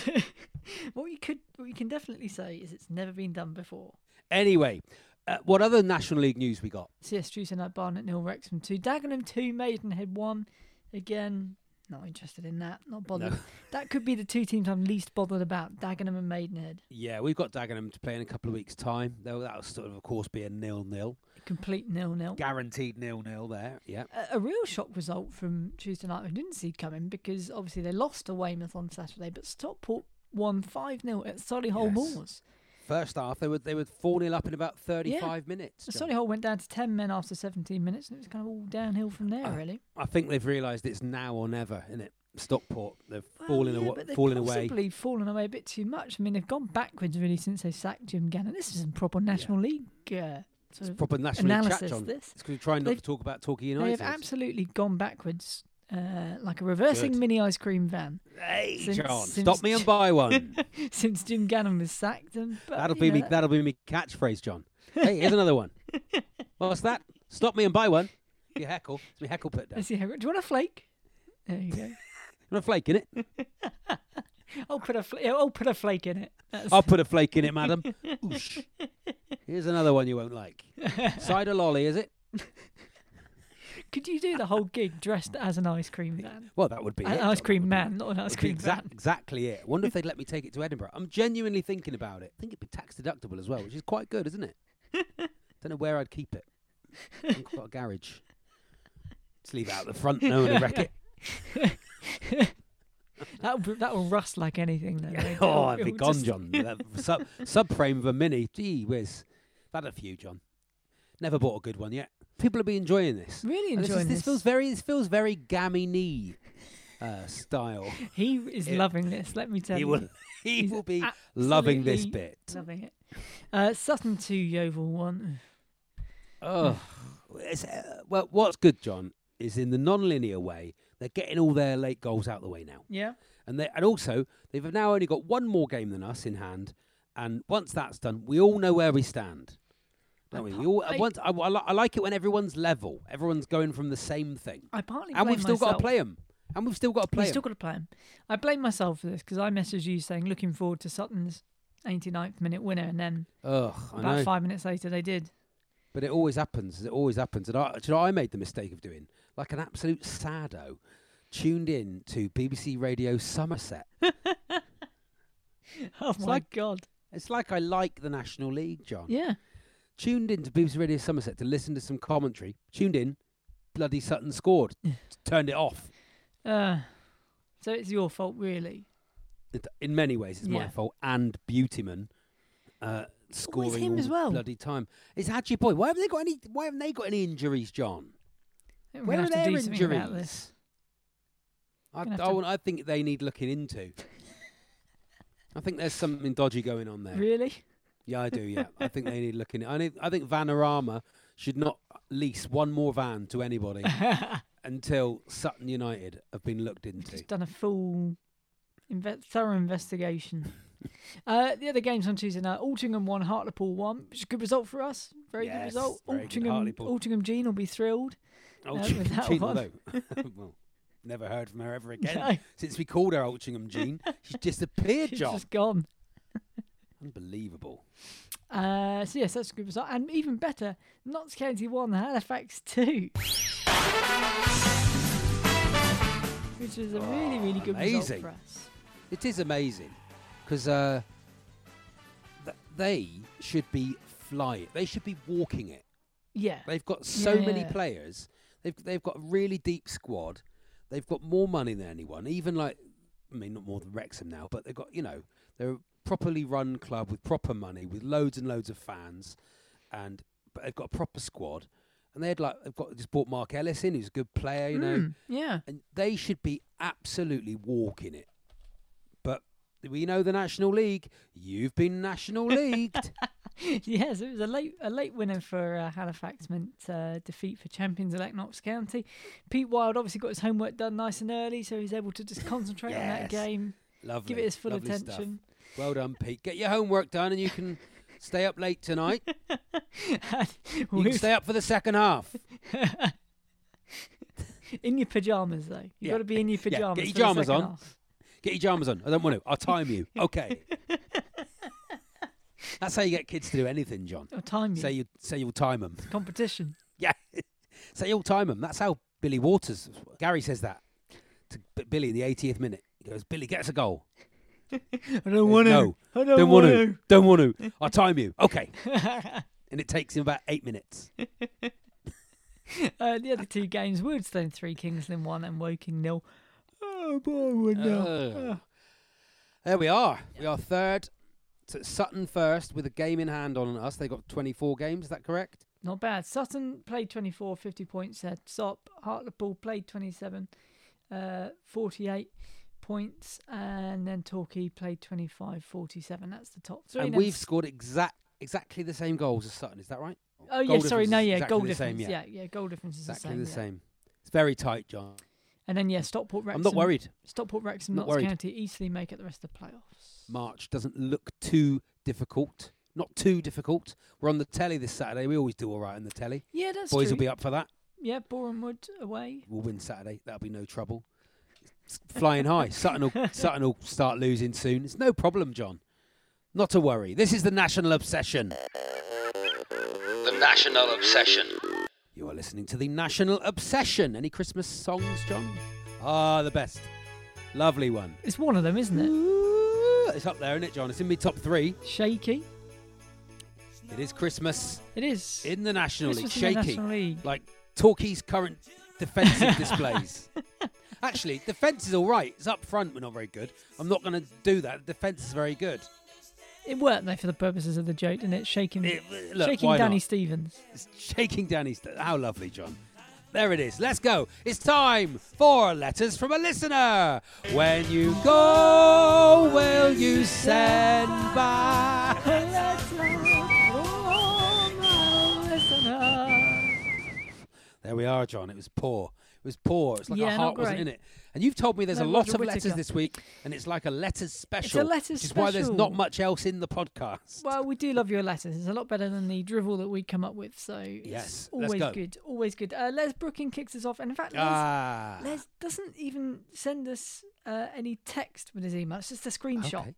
Speaker 4: What you could, what you can definitely say is it's never been done before.
Speaker 3: anyway, uh, what other National League news we got?
Speaker 4: CS Tuesday night Barnet nil Wrexham two Dagenham two Maidenhead one again. Not interested in that. Not bothered. That could be the two teams I'm least bothered about: Dagenham and Maidenhead.
Speaker 3: Yeah, we've got Dagenham to play in a couple of weeks' time. Though that'll sort of, of course, be a nil-nil,
Speaker 4: Complete nil nil.
Speaker 3: guaranteed nil-nil. There, yeah.
Speaker 4: a, a real shock result from Tuesday night. I didn't see coming because obviously they lost to Weymouth on Saturday, but Stockport won 5 0 at Solihull
Speaker 3: Yes.
Speaker 4: Moors.
Speaker 3: First half, they were they were four 0 up in about thirty-five minutes. John.
Speaker 4: Solihull went down to 10 men after 17 minutes, and it was kind of all downhill from there,
Speaker 3: Uh,
Speaker 4: really.
Speaker 3: I think they've realised it's now or never, isn't it? Stockport, they've
Speaker 4: Well,
Speaker 3: fallen
Speaker 4: yeah,
Speaker 3: awa-
Speaker 4: but they've
Speaker 3: fallen away.
Speaker 4: possibly fallen away a bit too much. I mean, they've gone backwards really since they sacked Jim Gannon. This is some proper National League uh, sort
Speaker 3: It's
Speaker 4: of
Speaker 3: proper National League chat,
Speaker 4: analysis,
Speaker 3: John.
Speaker 4: this.
Speaker 3: It's because we're trying not
Speaker 4: They've-
Speaker 3: to talk about Torquay
Speaker 4: They
Speaker 3: United.
Speaker 4: have absolutely gone backwards, uh, like a reversing
Speaker 3: Good.
Speaker 4: mini ice cream van
Speaker 3: Hey,
Speaker 4: since-
Speaker 3: John,
Speaker 4: since
Speaker 3: stop me and
Speaker 4: J-
Speaker 3: buy one.
Speaker 4: since Jim Gannon was sacked. And, but,
Speaker 3: That'll
Speaker 4: you
Speaker 3: be
Speaker 4: know,
Speaker 3: me.
Speaker 4: that-
Speaker 3: That'll be me catchphrase, John. Hey, here's another one. What's that? Stop me and buy one. You heckle. It's me heckle put down.
Speaker 4: Let's see how. Do you want a flake? There you go.
Speaker 3: You want a flake in it?
Speaker 4: I'll put a fl- I'll put a flake in it. That's-
Speaker 3: I'll put a flake in it, madam. Oosh. Here's another one you won't like. Cider lolly, is it?
Speaker 4: Could you do the whole gig dressed as an ice cream man?
Speaker 3: Well, that would be
Speaker 4: An
Speaker 3: it, John.
Speaker 4: Um, ice
Speaker 3: That
Speaker 4: cream
Speaker 3: would be-
Speaker 4: man, not an ice
Speaker 3: would be
Speaker 4: cream
Speaker 3: exact-
Speaker 4: van.
Speaker 3: Exactly it. Wonder if they'd let me take it to Edinburgh. I'm genuinely thinking about it. I think it'd be tax deductible as well, which is quite good, isn't it? Don't know where I'd keep it. I've got a garage. Just leave it out the front. No one will wreck it.
Speaker 4: That will, that will rust like anything. Though. eh? right?
Speaker 3: oh,
Speaker 4: It'll-
Speaker 3: I'd be
Speaker 4: it'll
Speaker 3: gone,
Speaker 4: just-
Speaker 3: John. That sub, subframe of a mini. Gee whiz. I've had a few, John. Never bought a good one yet. People have been enjoying this.
Speaker 4: Really
Speaker 3: And this is-
Speaker 4: enjoying
Speaker 3: this.
Speaker 4: this.
Speaker 3: feels very. This feels very gammy knee uh, style.
Speaker 4: He is
Speaker 3: It-
Speaker 4: loving this. Let me tell
Speaker 3: he
Speaker 4: you.
Speaker 3: will. He
Speaker 4: He's
Speaker 3: will be loving this bit.
Speaker 4: absolutely Loving it. Uh, Sutton two, Yeovil one.
Speaker 3: Oh, it's, uh, well, what's good, John, is in the non-linear way. They're getting all their late goals out the way now,
Speaker 4: Yeah.
Speaker 3: and they and also they've now only got one more game than us in hand. And once that's done, we all know where we stand, don't we? We all I,
Speaker 4: I-
Speaker 3: once I, I, li- I like it when everyone's level, everyone's going from the same thing,
Speaker 4: I partly.
Speaker 3: and
Speaker 4: blame
Speaker 3: we've still got
Speaker 4: myself.
Speaker 3: to play them, and we've still got to play
Speaker 4: We've still
Speaker 3: 'em.
Speaker 4: got to play him. I blame myself for this because I messaged you saying looking forward to Sutton's 89th minute winner, and then
Speaker 3: Ugh, I
Speaker 4: about
Speaker 3: know.
Speaker 4: five minutes later they did.
Speaker 3: But it always happens. It always happens. And I, do you know, what I made the mistake of doing like an absolute sado, tuned in to BBC Radio Somerset.
Speaker 4: Oh my
Speaker 3: like-
Speaker 4: god!
Speaker 3: It's like I like the National League, John.
Speaker 4: Yeah,
Speaker 3: Tuned in to BBC Radio Somerset to listen to some commentary. Tuned in, bloody Sutton scored. Turned it off.
Speaker 4: uh, so it's your fault, really.
Speaker 3: It- In many ways, it's my
Speaker 4: Yeah.
Speaker 3: fault. And Beautyman uh, scoring
Speaker 4: him
Speaker 3: all
Speaker 4: as
Speaker 3: the
Speaker 4: well.
Speaker 3: bloody time. It's Hadji Boy. Why haven't they got any? Why haven't they got any injuries, John?
Speaker 4: We're
Speaker 3: Where
Speaker 4: gonna
Speaker 3: are
Speaker 4: have to
Speaker 3: their
Speaker 4: do something about
Speaker 3: injuries?
Speaker 4: this.
Speaker 3: I,
Speaker 4: Gonna have
Speaker 3: I,
Speaker 4: to-
Speaker 3: want- I think they need looking into. I think there's something dodgy going on there.
Speaker 4: Really?
Speaker 3: Yeah, I do. Yeah, I think they need looking. I need, I think Vanarama should not lease one more van to anybody until Sutton United have been looked into.
Speaker 4: Just done a full, inve- thorough investigation. uh, the other games on Tuesday night: Altrincham one, Hartlepool one, which is a good result for us. Very good
Speaker 3: Yes,
Speaker 4: result.
Speaker 3: very good.
Speaker 4: Altrincham,
Speaker 3: Hartlepool.
Speaker 4: Altrincham Jean will be thrilled.
Speaker 3: Oh,
Speaker 4: Uh,
Speaker 3: Jean-
Speaker 4: with that
Speaker 3: Jean,
Speaker 4: one.
Speaker 3: although- well, never heard from her ever again
Speaker 4: No.
Speaker 3: since we called her Altrincham Jean. She's disappeared,
Speaker 4: She's
Speaker 3: John.
Speaker 4: just gone.
Speaker 3: Unbelievable.
Speaker 4: Uh, so yes, that's a good result, and even better, Notts County one, Halifax two, which was a really, really good result
Speaker 3: amazing.
Speaker 4: for us.
Speaker 3: It is amazing because uh, th- they should be flying. They should be walking it.
Speaker 4: Yeah,
Speaker 3: They've got so many
Speaker 4: Yeah.
Speaker 3: players. They've they've got a really deep squad. They've got more money than anyone. Even like, I mean, not more than Wrexham now, but they've got you know they're a properly run club with proper money, with loads and loads of fans, and but they've got a proper squad, and they had like they've got just bought Mark Ellis in, who's a good player, you know,
Speaker 4: Mm, yeah.
Speaker 3: and they should be absolutely walking it. But we know the National League. You've been National Leagued.
Speaker 4: yes, it was a late a late winner for uh, Halifax, meant uh, defeat for champions elect Knox County. Pete Wild obviously got his homework done nice and early, so he's able to just concentrate on
Speaker 3: Yes.
Speaker 4: that game.
Speaker 3: Lovely.
Speaker 4: Give it his full
Speaker 3: lovely stuff.
Speaker 4: attention.
Speaker 3: Well done, Pete. Get your homework done, and you can stay up late tonight. You can
Speaker 4: With-
Speaker 3: stay up for the second half.
Speaker 4: in your pajamas though. You've
Speaker 3: Yeah.
Speaker 4: got to be in your
Speaker 3: Yeah, get
Speaker 4: pajamas.
Speaker 3: your
Speaker 4: for the
Speaker 3: jammers
Speaker 4: second
Speaker 3: on.
Speaker 4: half.
Speaker 3: Get your jammers on. I don't want to. I'll time you. Okay. That's how you get kids to do anything, John.
Speaker 4: Or Oh, time you.
Speaker 3: Say you say you'll time them.
Speaker 4: competition.
Speaker 3: Yeah. say you'll time them. That's how Billy Waters. Gary says that to B- Billy in the 80th minute. He goes, Billy gets a goal.
Speaker 4: I don't want to.
Speaker 3: No,
Speaker 4: I don't,
Speaker 3: Don't
Speaker 4: want
Speaker 3: want to. Don't want to. I'll time you. Okay. and it takes him about eight minutes.
Speaker 4: Uh, the other two games: Woodstone three, Kingsland one, and Woking nil. Oh, Barwood nil.
Speaker 3: Oh. There we are. We are third. So Sutton first with a game in hand on us. They got 24 games. Is that correct?
Speaker 4: Not bad. Sutton played 24, 50 points at SOP. Hartlepool played 27, uh, 48 points. And then Torquay played 25, 47. That's the top three.
Speaker 3: and
Speaker 4: Then
Speaker 3: we've
Speaker 4: s-
Speaker 3: scored exact exactly the same goals as Sutton. Is that right?
Speaker 4: Oh, yeah,
Speaker 3: goal
Speaker 4: sorry.
Speaker 3: difference
Speaker 4: No,
Speaker 3: is
Speaker 4: yeah,
Speaker 3: exactly
Speaker 4: goal
Speaker 3: the same,
Speaker 4: difference.
Speaker 3: yeah.
Speaker 4: yeah. yeah, goal difference is
Speaker 3: exactly
Speaker 4: the same.
Speaker 3: the
Speaker 4: yeah.
Speaker 3: same. It's very tight, John.
Speaker 4: And then, yeah, Stockport, Wrexham.
Speaker 3: I'm not worried.
Speaker 4: Stockport, Wrexham,
Speaker 3: Not
Speaker 4: Notts
Speaker 3: worried.
Speaker 4: County easily make it the rest of the playoffs.
Speaker 3: March doesn't look too difficult. Not too difficult. We're on the telly this Saturday. We always do all right on the telly.
Speaker 4: Yeah, that's
Speaker 3: Boys
Speaker 4: true.
Speaker 3: will be up for that.
Speaker 4: Yeah, Borehamwood away.
Speaker 3: We'll win Saturday. That'll be no trouble. It's flying high. Sutton will, Sutton will start losing soon. It's no problem, John. Not to worry. This is the national obsession.
Speaker 2: The National Obsession.
Speaker 3: You are listening to the National Obsession. Any Christmas songs, John? Ah, the best. Lovely one.
Speaker 4: It's one of them, isn't it?
Speaker 3: Ooh, It's up there, isn't it, John? It's in my top three.
Speaker 4: Shaky.
Speaker 3: It is Christmas
Speaker 4: It is.
Speaker 3: in the National
Speaker 4: Christmas
Speaker 3: League.
Speaker 4: in the
Speaker 3: Shaky.
Speaker 4: National League.
Speaker 3: Like Torquay's current defensive displays. Actually, defence is all right. It's up front, we're not very good. I'm not going to do that. Defence is very good.
Speaker 4: It worked though for the purposes of the joke, didn't it? Shaking,
Speaker 3: It- look,
Speaker 4: shaking
Speaker 3: why
Speaker 4: Danny
Speaker 3: not?
Speaker 4: Stevens.
Speaker 3: It's shaking Danny's. How lovely, John. There it is. Let's go. It's time for letters from a listener. When you go, will you send back? There we are, John. It was poor. It was poor. It's like our
Speaker 4: Yeah, not
Speaker 3: heart wasn't
Speaker 4: great.
Speaker 3: in it. And you've told me there's
Speaker 4: No,
Speaker 3: a lot
Speaker 4: Roger
Speaker 3: of letters
Speaker 4: Whittaker.
Speaker 3: this week, and it's like a letters special.
Speaker 4: letters
Speaker 3: which is why there's
Speaker 4: special.
Speaker 3: not much else in the podcast.
Speaker 4: Well, we do love your letters. It's a lot better than the drivel that we come up with. So it's
Speaker 3: Yes, let's
Speaker 4: always
Speaker 3: go.
Speaker 4: good, always good. Uh, Les Brooking kicks us off, and in fact, Les,
Speaker 3: ah,
Speaker 4: Les doesn't even send us uh, any text with his email. It's just a screenshot
Speaker 3: okay.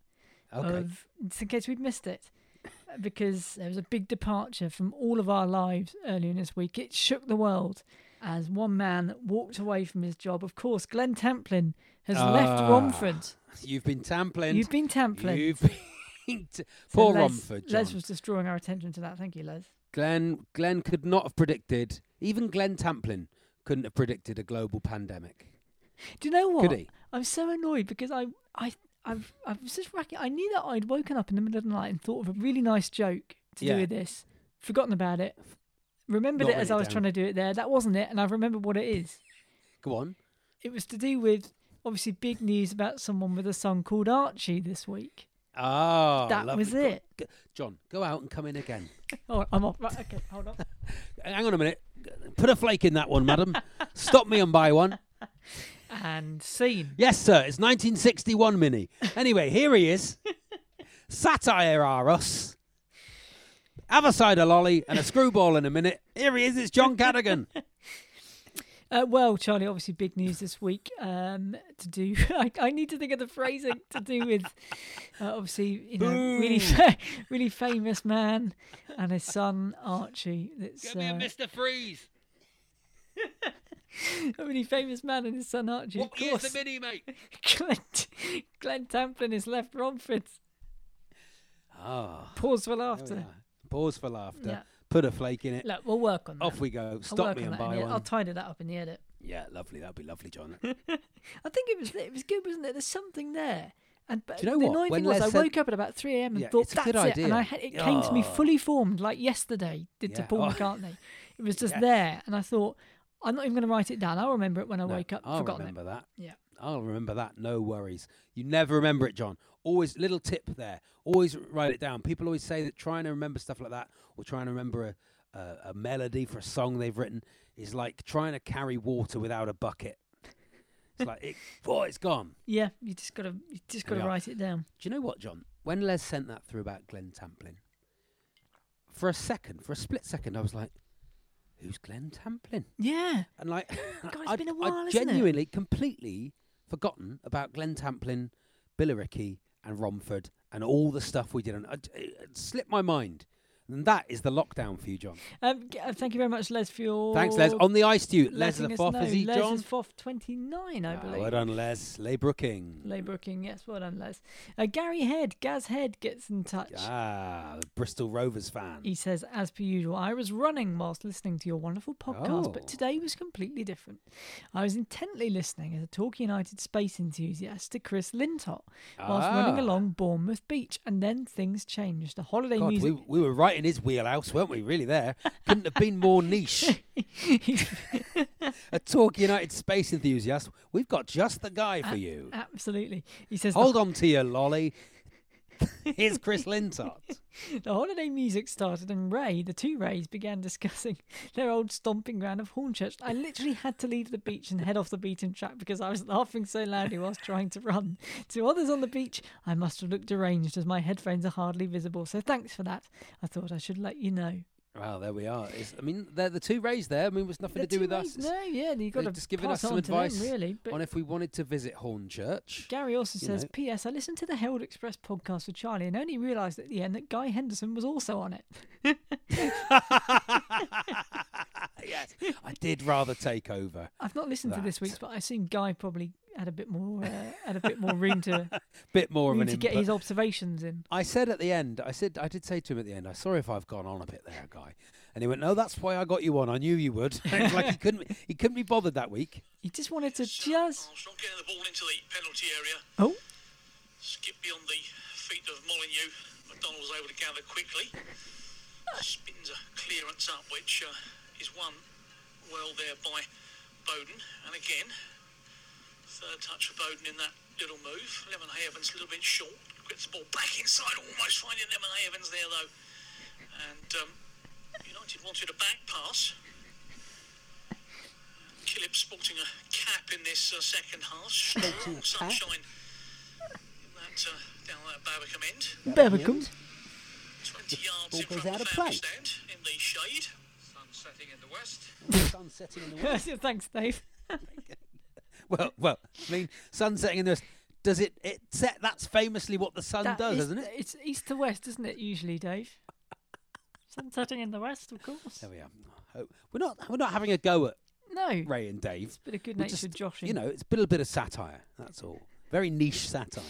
Speaker 3: Okay.
Speaker 4: of just in case we'd missed it. uh, Because there was a big departure from all of our lives earlier in this week. It shook the world as one man walked away from his job. Of course, Glenn Tamplin has left
Speaker 3: Ah.
Speaker 4: Romford.
Speaker 3: You've been tampling.
Speaker 4: You've been Tamplin.
Speaker 3: You've been t- poor
Speaker 4: Les,
Speaker 3: Romford, John.
Speaker 4: Les was just drawing our attention to that. Thank you, Les.
Speaker 3: Glenn Glenn could not have predicted. Even Glenn Tamplin couldn't have predicted a global pandemic.
Speaker 4: Do you know what?
Speaker 3: he?
Speaker 4: I'm so annoyed because I, I, I've, I was just racking. I knew that I'd woken up in the middle of the night and thought of a really nice joke to
Speaker 3: Yeah.
Speaker 4: do with this. Forgotten about it. Remembered
Speaker 3: Not
Speaker 4: it as
Speaker 3: written
Speaker 4: I
Speaker 3: it
Speaker 4: was
Speaker 3: down.
Speaker 4: trying to do it there. That wasn't it, and I've remembered what it is.
Speaker 3: Go on.
Speaker 4: It was to do with obviously big news about someone with a son called Archie this week.
Speaker 3: Ah,
Speaker 4: That
Speaker 3: lovely.
Speaker 4: was it.
Speaker 3: Go- John, go out and come in again.
Speaker 4: Oh, I'm off. Right, okay, hold on.
Speaker 3: Hang on a minute. Put a flake in that one, madam. Stop me and buy one.
Speaker 4: And scene.
Speaker 3: Yes, sir. It's 1961 mini. Anyway, here he is. Satire are us. Have a side of lolly and a screwball in a minute. Here he is. It's John Cadogan.
Speaker 4: Uh, well, Charlie, obviously big news this week um, to do. I, I need to think of the phrasing to do with uh, obviously you know really fa- really famous man and his son Archie. That's uh,
Speaker 3: Mr. Freeze.
Speaker 4: a really famous man and his son Archie. of course,
Speaker 3: mini, mate?
Speaker 4: Clint Glenn Tamplin has left Romford.
Speaker 3: Ah.
Speaker 4: Pause for laughter.
Speaker 3: Oh, Pause for laughter.
Speaker 4: Yeah.
Speaker 3: Put a flake in it.
Speaker 4: Look, we'll work on that.
Speaker 3: Off we go.
Speaker 4: I'll
Speaker 3: Stop
Speaker 4: work
Speaker 3: me
Speaker 4: on
Speaker 3: and
Speaker 4: that in
Speaker 3: buy
Speaker 4: the-
Speaker 3: one.
Speaker 4: I'll tidy that up in the edit.
Speaker 3: yeah, lovely. That'd be lovely, John.
Speaker 4: I think it was it was good, wasn't it? There's something there. And but
Speaker 3: Do you know
Speaker 4: the
Speaker 3: what?
Speaker 4: annoying
Speaker 3: When
Speaker 4: thing was,
Speaker 3: Les
Speaker 4: I
Speaker 3: said-
Speaker 4: woke up at about three a.m. and
Speaker 3: Yeah,
Speaker 4: thought
Speaker 3: it's a
Speaker 4: that's
Speaker 3: good
Speaker 4: it,
Speaker 3: idea.
Speaker 4: and I had, it came to me
Speaker 3: Oh.
Speaker 4: fully formed, like yesterday did to
Speaker 3: Yeah.
Speaker 4: Paul
Speaker 3: Oh.
Speaker 4: McCartney. It It was just
Speaker 3: Yes.
Speaker 4: there, and I thought, I'm not even going to write it down. I'll remember it when I
Speaker 3: No,
Speaker 4: wake up.
Speaker 3: I'll
Speaker 4: Forgotten
Speaker 3: remember
Speaker 4: it.
Speaker 3: that.
Speaker 4: Yeah.
Speaker 3: I'll remember that. No worries. You never remember it, John. Always little tip there. Always write it down. People always say that trying to remember stuff like that, or trying to remember a, a, a melody for a song they've written, is like trying to carry water without a bucket. It's like it, oh, it's gone.
Speaker 4: Yeah, you just gotta, you just
Speaker 3: There we
Speaker 4: gotta
Speaker 3: are.
Speaker 4: write it down.
Speaker 3: Do you know what, John? When Les sent that through about Glenn Tamplin, for a second, for a split second, I was like, "Who's Glenn Tamplin?"
Speaker 4: Yeah,
Speaker 3: And like,
Speaker 4: God, it's
Speaker 3: I'd,
Speaker 4: been a
Speaker 3: I'd
Speaker 4: while, isn't it?
Speaker 3: genuinely, completely forgotten about Glenn Tamplin, Billericay, and Romford, and all the stuff we did. And it, it slipped my mind. And that is the lockdown for you, John.
Speaker 4: Um, g- uh, thank you very much, Les, for your.
Speaker 3: Thanks, Les. On the ice to you. Les
Speaker 4: letting
Speaker 3: the
Speaker 4: us
Speaker 3: Foff, is
Speaker 4: know.
Speaker 3: he,
Speaker 4: Les
Speaker 3: John?
Speaker 4: is Foff 29, I
Speaker 3: Ah,
Speaker 4: believe.
Speaker 3: well done, Les. Leigh Brooking.
Speaker 4: Lay Brooking, yes, well done, Les. Uh, Gary Head, Gaz Head gets in touch.
Speaker 3: Ah, the Bristol Rovers fan.
Speaker 4: He says, as per usual, I was running whilst listening to your wonderful podcast,
Speaker 3: Oh.
Speaker 4: but today was completely different. I was intently listening as a Talk United space enthusiast to Chris Lintott whilst
Speaker 3: Ah.
Speaker 4: running along Bournemouth Beach, and then things changed. The holiday
Speaker 3: God, we,
Speaker 4: music.
Speaker 3: we were right in his wheelhouse, weren't we? Really, there couldn't have been more niche. A Talk United space enthusiast. We've got just the guy
Speaker 4: Uh,
Speaker 3: for you.
Speaker 4: Absolutely. He says,
Speaker 3: Hold on to your lolly. Here's Chris Lintott.
Speaker 4: The holiday music started, and Ray, the two Rays, began discussing their old stomping ground of Hornchurch. I literally had to leave the beach and head off the beaten track because I was laughing so loudly whilst trying to run. To others on the beach, I must have looked deranged as my headphones are hardly visible, so thanks for that. I thought I should let you know.
Speaker 3: Well, there we are. It's, I mean, they're the two Rays there. I mean, it's nothing to
Speaker 4: The
Speaker 3: do
Speaker 4: two
Speaker 3: with
Speaker 4: Rays,
Speaker 3: us. It's-
Speaker 4: No, yeah, you've got
Speaker 3: they've
Speaker 4: to
Speaker 3: just given
Speaker 4: pass
Speaker 3: us some
Speaker 4: it on
Speaker 3: advice
Speaker 4: to them, really. But
Speaker 3: on if we wanted to visit Hornchurch.
Speaker 4: Gary also
Speaker 3: you
Speaker 4: says,
Speaker 3: know.
Speaker 4: P.S. I listened to the Herald Express podcast with Charlie and only realised at the end that Guy Henderson was also on it.
Speaker 3: yes, I did rather take over.
Speaker 4: I've not listened
Speaker 3: that.
Speaker 4: to this week's, but I assume Guy probably had a bit more uh, had a bit more room to
Speaker 3: Bit more of
Speaker 4: room
Speaker 3: an
Speaker 4: to get
Speaker 3: input.
Speaker 4: his observations in.
Speaker 3: I said at the end, I said, I did say to him at the end, I'm sorry if I've gone on a bit there, guy. And he went, No, that's why I got you on. I knew you would. it's like he couldn't, he couldn't be bothered that week.
Speaker 4: He just wanted to just
Speaker 5: Armstrong getting the ball into the penalty area.
Speaker 4: oh
Speaker 5: Skip beyond the feet of Molyneux. McDonald was able to gather quickly. Spins a clearance up, which uh, is won well there by Bowden. And again, third touch for Bowden in that little move. Lemon Havens a little bit short. Gets the ball back inside, almost finding Lemon Havens there though. And um, United wanted a back pass. Killip sporting a cap in this uh, second half. Strong sunshine in that, uh, down that Babicom end.
Speaker 4: Bevercombe.
Speaker 5: 20 yards in
Speaker 3: Ball goes
Speaker 5: front
Speaker 3: out
Speaker 5: of
Speaker 3: of
Speaker 5: the
Speaker 3: play.
Speaker 5: family stand in the shade. Sun setting in the west.
Speaker 3: Sun setting in the west.
Speaker 4: Thanks, Dave.
Speaker 3: Well, well, I mean, sun setting in the west. Does it, it set? That's famously what the sun
Speaker 4: That
Speaker 3: does,
Speaker 4: is-
Speaker 3: isn't it?
Speaker 4: It's east to west, isn't it? Usually, Dave. Sun setting in the west, of course.
Speaker 3: There we are. Oh, We're not, we're not having a go at
Speaker 4: No,
Speaker 3: Ray and Dave.
Speaker 4: bit of good
Speaker 3: We're just,
Speaker 4: natured joshing.
Speaker 3: You know, it's a little bit of satire. That's all. Very niche satire.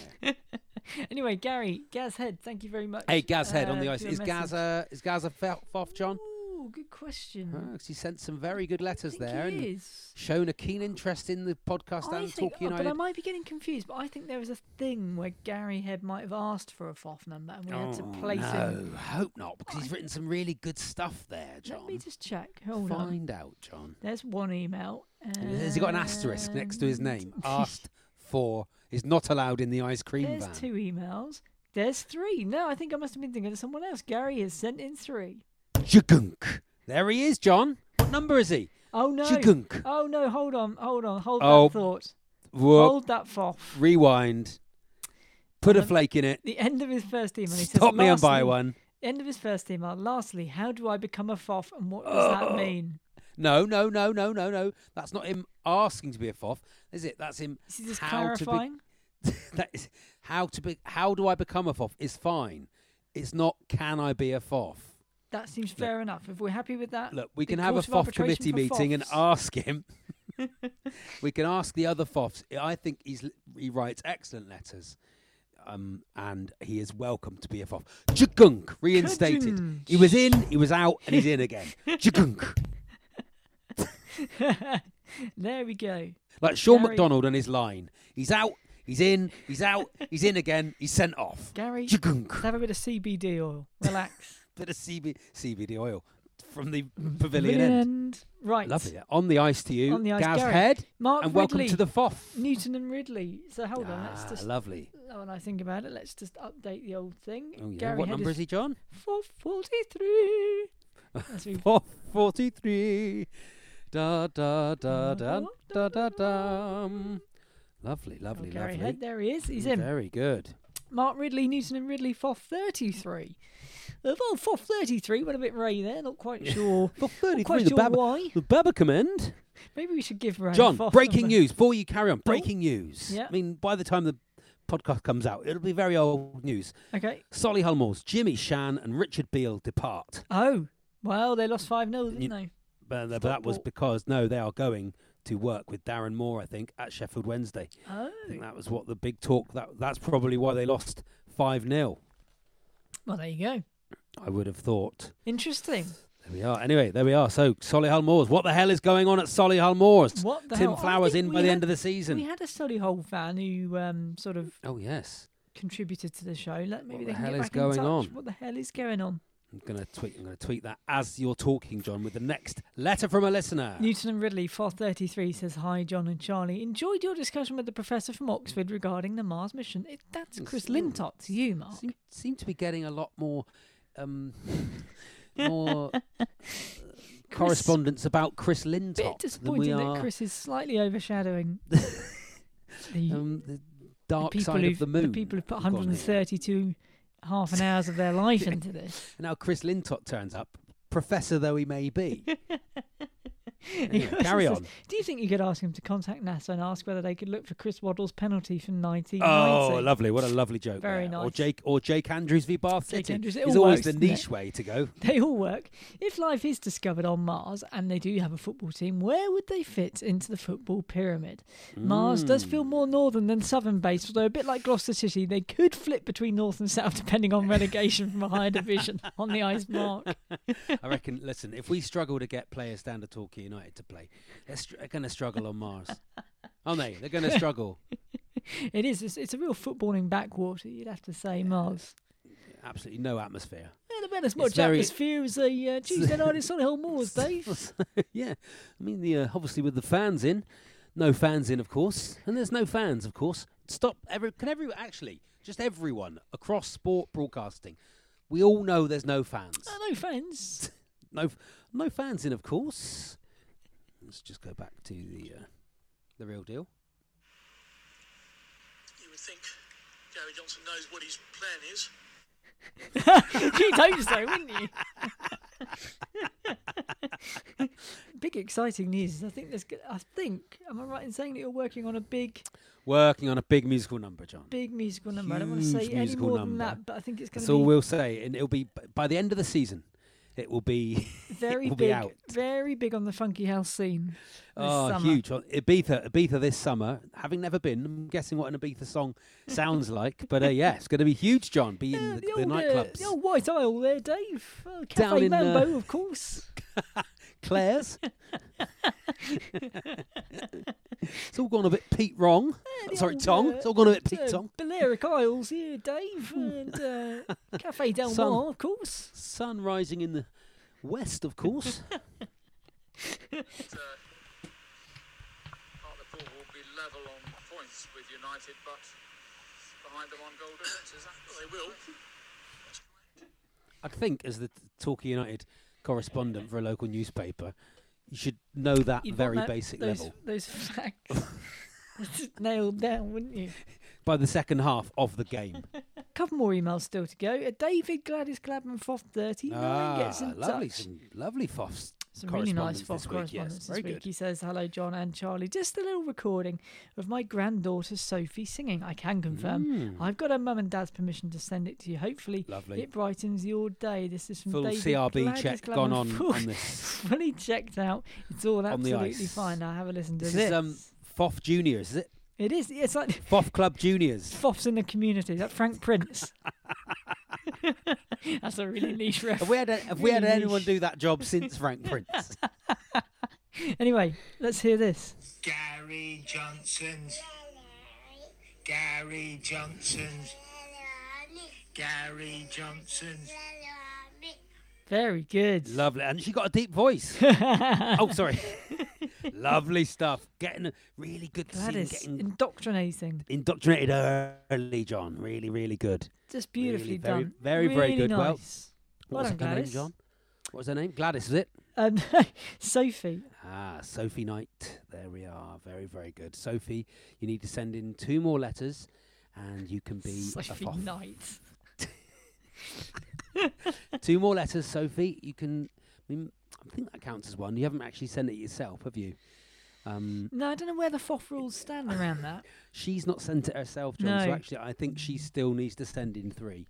Speaker 4: Anyway, Gary Gazhead, thank you very much.
Speaker 3: hey, Gazhead on
Speaker 4: uh,
Speaker 3: the
Speaker 4: for
Speaker 3: ice.
Speaker 4: your
Speaker 3: Is
Speaker 4: message.
Speaker 3: Gaza is Gaza Foff, John?
Speaker 4: Ooh, good question.
Speaker 3: Oh, she sent some very good letters
Speaker 4: I think
Speaker 3: there
Speaker 4: he
Speaker 3: and
Speaker 4: is.
Speaker 3: shown a keen interest in the podcast
Speaker 4: I
Speaker 3: and
Speaker 4: think,
Speaker 3: Talk
Speaker 4: oh, but
Speaker 3: United.
Speaker 4: I might be getting confused. But I think there was a thing where Gary Head might have asked for a FOF number, and we had to
Speaker 3: Oh,
Speaker 4: place
Speaker 3: no,
Speaker 4: him.
Speaker 3: hope not, because he's written some really good stuff there, John.
Speaker 4: Let me just check. Hold on.
Speaker 3: Find out, John.
Speaker 4: There's one email.
Speaker 3: Has he got an asterisk next to his
Speaker 4: and-
Speaker 3: name? Asked for is not allowed in the ice cream
Speaker 4: There's
Speaker 3: van.
Speaker 4: two emails. There's three. No, I think I must have been thinking of someone else. Gary has sent in three.
Speaker 3: Jagunk. There he is, John. What number is he?
Speaker 4: Oh no!
Speaker 3: Jigunk.
Speaker 4: Oh no! Hold on! Hold on! Hold
Speaker 3: Oh,
Speaker 4: that thought.
Speaker 3: Whoop.
Speaker 4: Hold that foff.
Speaker 3: Rewind. Put a
Speaker 4: Um,
Speaker 3: flake in it.
Speaker 4: The end of his first email. He
Speaker 3: Stop
Speaker 4: says,
Speaker 3: me and buy
Speaker 4: "Lastly-
Speaker 3: one.
Speaker 4: End of his first email. Lastly, how do I become a foff, and what does that mean?
Speaker 3: No, no, no, no, no, no. That's not him asking to be a foff, is it? That's him.
Speaker 4: Is he just
Speaker 3: how to be,
Speaker 4: clarifying?
Speaker 3: that is how to be. How do I become a foff? Is fine. It's not. Can I be a foff?
Speaker 4: That seems fair enough. If we're happy with that,
Speaker 3: Look, we
Speaker 4: the
Speaker 3: can have a
Speaker 4: Court of
Speaker 3: FOF
Speaker 4: Arbitration
Speaker 3: committee
Speaker 4: for
Speaker 3: meeting and
Speaker 4: FOFs.
Speaker 3: ask him. we can ask the other FOFs. I think he's he writes excellent letters, um, and he is welcome to be a FOF. Jagunk reinstated. He was in, he was out, and he's in again. Jagunk.
Speaker 4: there we go.
Speaker 3: Like Sean
Speaker 4: Gary-
Speaker 3: McDonald and his line. He's out. He's in. He's out. He's in again. He's sent off.
Speaker 4: Gary,
Speaker 3: Jagunk.
Speaker 4: Let's have a bit of CBD oil. Relax.
Speaker 3: Bit of CB, CBD oil. from the pavilion end.
Speaker 4: Right.
Speaker 3: Lovely. On the ice to you,
Speaker 4: Mm, On the ice,
Speaker 3: Gaz
Speaker 4: Gareth.
Speaker 3: Head,
Speaker 4: Mark
Speaker 3: and welcome
Speaker 4: Ridley.
Speaker 3: to the FOF.
Speaker 4: Newton and Ridley. So hold on, let's
Speaker 3: Ah,
Speaker 4: just.
Speaker 3: lovely.
Speaker 4: oh, When I think about it, let's just update the old thing.
Speaker 3: Oh, yeah.
Speaker 4: Gary
Speaker 3: what
Speaker 4: Head
Speaker 3: number is he, John?
Speaker 4: 443. That's Oh, me.
Speaker 3: Four forty-three. Da da da da da da da. Lovely,
Speaker 4: Oh,
Speaker 3: lovely,
Speaker 4: Gary
Speaker 3: lovely.
Speaker 4: Head, there he is. He's in.
Speaker 3: Very good.
Speaker 4: Mark Ridley, Newton and Ridley, Foff 33. Uh, well, Foff 33 went a bit Ray there, not quite sure.
Speaker 3: Well,
Speaker 4: not
Speaker 3: 33,
Speaker 4: quite
Speaker 3: the
Speaker 4: sure
Speaker 3: Bab-
Speaker 4: why.
Speaker 3: the Babacom end.
Speaker 4: Maybe we should give Ray
Speaker 3: John,
Speaker 4: Foff
Speaker 3: breaking
Speaker 4: number. Oh.
Speaker 3: news. Before you carry on, breaking news.
Speaker 4: Yeah.
Speaker 3: I mean, by the time the podcast comes out, it'll be very old news.
Speaker 4: Okay.
Speaker 3: Solly Hulmores, Jimmy Shan, and Richard Beale depart.
Speaker 4: Oh, well, they lost 5 0, didn't
Speaker 3: You-
Speaker 4: they?
Speaker 3: But, but that was
Speaker 4: Football.
Speaker 3: because, no, they are going to work with Darren Moore, I think, at Sheffield Wednesday.
Speaker 4: Oh.
Speaker 3: I think that was what the big talk, that that's probably why they lost 5 0,
Speaker 4: Well, there you go.
Speaker 3: I would have thought.
Speaker 4: Interesting.
Speaker 3: There we are. Anyway, there we are. So, Solihull Moors. What the hell is going on at Solihull Moors?
Speaker 4: What the
Speaker 3: Tim
Speaker 4: hell? Oh, I
Speaker 3: Flowers
Speaker 4: think
Speaker 3: in
Speaker 4: we
Speaker 3: by the
Speaker 4: had-
Speaker 3: end of the season.
Speaker 4: We had a Solly Hole fan who um, sort of
Speaker 3: oh, yes.
Speaker 4: contributed to the show. Let,
Speaker 3: What
Speaker 4: maybe they
Speaker 3: the
Speaker 4: can
Speaker 3: hell
Speaker 4: get
Speaker 3: is
Speaker 4: back
Speaker 3: going
Speaker 4: in touch.
Speaker 3: on?
Speaker 4: What the hell is going on?
Speaker 3: I'm gonna tweet. I'm gonna tweet that as you're talking, John, with the next letter from a listener.
Speaker 4: Newton and Ridley, 433, says, Hi, John and Charlie. Enjoyed your discussion with the professor from Oxford regarding the Mars mission. It, that's Chris Lintott to you, Mark.
Speaker 3: seem, seem to be getting a lot more, um, more uh, correspondence about Chris
Speaker 4: Bit
Speaker 3: Lintott than we
Speaker 4: disappointed
Speaker 3: are
Speaker 4: that Chris is slightly overshadowing the,
Speaker 3: um, the
Speaker 4: the
Speaker 3: dark
Speaker 4: people
Speaker 3: side
Speaker 4: who
Speaker 3: of the moon.
Speaker 4: people who put
Speaker 3: we've got here.
Speaker 4: 132 half an hours of their life into this.
Speaker 3: And now Chris Lintott turns up, professor though he may be. Anyway,
Speaker 4: He
Speaker 3: carry
Speaker 4: also
Speaker 3: on.
Speaker 4: Do you think you could ask him to contact NASA and ask whether they could look for Chris Waddle's penalty from 1990?
Speaker 3: Oh, lovely! What a lovely joke.
Speaker 4: Very
Speaker 3: there. Or
Speaker 4: nice.
Speaker 3: Jake, or Jake Andrews v Bath
Speaker 4: Jake
Speaker 3: City
Speaker 4: Andrews, it
Speaker 3: is
Speaker 4: all
Speaker 3: always
Speaker 4: works,
Speaker 3: the
Speaker 4: doesn't it?
Speaker 3: niche way to go.
Speaker 4: They all work. If life is discovered on Mars and they do have a football team, where would they fit into the football pyramid? Mars does feel more northern than southern based, although a bit like Gloucester City, they could flip between north and south depending on relegation from a higher division on the ice mark.
Speaker 3: I reckon. Listen, if we struggle to get players down to Torquay United to play, they're, str- they're going to struggle on Mars, aren't they? They're going to struggle.
Speaker 4: It is. It's, it's a real footballing backwater, you'd have to say, Mars.
Speaker 3: Absolutely no atmosphere.
Speaker 4: And about as much
Speaker 3: very-
Speaker 4: atmosphere as a uh, Tuesday night at Solihull Moors, Dave.
Speaker 3: yeah, I mean, the uh, obviously with the fans in, no fans in, of course, and there's no fans, of course. Stop. Every can every actually just everyone across sport broadcasting. We all know there's no fans.
Speaker 4: Oh, no fans.
Speaker 3: No, f- no fans in, of course. Let's just go back to the uh, the real deal.
Speaker 5: You would think Gary Johnson knows what his plan is.
Speaker 4: You'd hope so, wouldn't you? big exciting news. I think there's. go- I think. Am I right in saying that you're working on a big,
Speaker 3: Working on a big musical number, John.
Speaker 4: big musical number? I don't want to say
Speaker 3: Huge
Speaker 4: any
Speaker 3: musical
Speaker 4: more than
Speaker 3: number.
Speaker 4: that, but I think it's going
Speaker 3: That's
Speaker 4: to
Speaker 3: all
Speaker 4: be
Speaker 3: we'll say, and it'll be b- by the end of the season. It will be
Speaker 4: very
Speaker 3: it will
Speaker 4: big,
Speaker 3: Be out.
Speaker 4: very big on the funky house scene. This
Speaker 3: Oh,
Speaker 4: summer.
Speaker 3: huge! Well, Ibiza, Ibiza this summer. Having never been, I'm guessing what an Ibiza song sounds like. But uh, yeah, it's going to be huge, John. Be in
Speaker 4: Yeah,
Speaker 3: the,
Speaker 4: the,
Speaker 3: the
Speaker 4: old, uh,
Speaker 3: nightclubs,
Speaker 4: the old White Isle there, Dave. Uh, Cafe
Speaker 3: Down in,
Speaker 4: Mambo,
Speaker 3: uh,
Speaker 4: of course.
Speaker 3: Claire's. it's all gone a bit Pete wrong.
Speaker 4: the
Speaker 3: Sorry,
Speaker 4: old,
Speaker 3: Tong.
Speaker 4: uh,
Speaker 3: It's all gone a bit Pete
Speaker 4: uh,
Speaker 3: Tong.
Speaker 4: Balearic Isles here, Dave, and uh, Cafe Del
Speaker 3: Sun.
Speaker 4: Mar, of course.
Speaker 3: Sun rising in the west, of course.
Speaker 5: But, uh, Hartlepool will be level on points with United, but behind them on goal difference, is that? Well, they will.
Speaker 3: I think, as the Torquay United correspondent for a local newspaper, you should know that
Speaker 4: You'd want
Speaker 3: very
Speaker 4: that-
Speaker 3: basic
Speaker 4: those,
Speaker 3: level
Speaker 4: Those facts nailed down, wouldn't you?
Speaker 3: by the second half of the game.
Speaker 4: couple more emails still to go. Uh, David Gladys Gladman Foff thirty nine gets in
Speaker 3: Ah, lovely,
Speaker 4: touch.
Speaker 3: some lovely Foffs.
Speaker 4: Some really
Speaker 3: correspondence
Speaker 4: nice
Speaker 3: this
Speaker 4: Foff
Speaker 3: week, yes,
Speaker 4: correspondence this
Speaker 3: very
Speaker 4: week.
Speaker 3: good.
Speaker 4: He says, "Hello, John and Charlie. Just a little recording of my granddaughter Sophie singing. I can confirm. I've got her mum and dad's permission to send it to you. Hopefully,
Speaker 3: Mm. Lovely.
Speaker 4: it brightens your day. This is from
Speaker 3: Full
Speaker 4: David
Speaker 3: CRB
Speaker 4: Gladys
Speaker 3: check
Speaker 4: Gladman
Speaker 3: gone on-
Speaker 4: Foff.
Speaker 3: on this.
Speaker 4: Fully checked out. It's all
Speaker 3: On the
Speaker 4: absolutely
Speaker 3: ice.
Speaker 4: fine. Now have a listen to
Speaker 3: This
Speaker 4: this.
Speaker 3: is um, Foff Juniors, is it?
Speaker 4: it is. It's like
Speaker 3: Foff Club Juniors.
Speaker 4: Foffs in the community. That Frank Prince. That's a really niche
Speaker 3: Have we
Speaker 4: reference.
Speaker 3: had a, have we had
Speaker 4: Really
Speaker 3: anyone
Speaker 4: niche.
Speaker 3: do that job since Frank Prince?
Speaker 4: Anyway, let's hear this.
Speaker 6: Gary Johnson's. Gary Johnson's. Gary Johnson's.
Speaker 4: Very good.
Speaker 3: Lovely. And she got a deep voice. oh, sorry. Lovely stuff. Getting really good to see them
Speaker 4: Gladys,
Speaker 3: getting
Speaker 4: indoctrinating.
Speaker 3: indoctrinated early, John. Really, really good.
Speaker 4: Just beautifully
Speaker 3: Really very-
Speaker 4: done.
Speaker 3: very, very
Speaker 4: really
Speaker 3: good. Well,
Speaker 4: Nice.
Speaker 3: What was
Speaker 4: done,
Speaker 3: her name,
Speaker 4: Gladys.
Speaker 3: John? What was her name? Gladys, is it?
Speaker 4: Um, Sophie.
Speaker 3: Ah, Sophie Knight. There we are. Very, very good. Sophie, you need to send in two more letters and you can be
Speaker 4: Sophie
Speaker 3: a foff.
Speaker 4: Knight.
Speaker 3: Two more letters, Sophie. You can. I, mean, I think that counts as one. You haven't actually sent it yourself, have you? Um,
Speaker 4: No, I don't know where the FOF rules stand around that.
Speaker 3: she's not sent it herself, John. So
Speaker 4: No.
Speaker 3: actually, I think she still needs to send in three,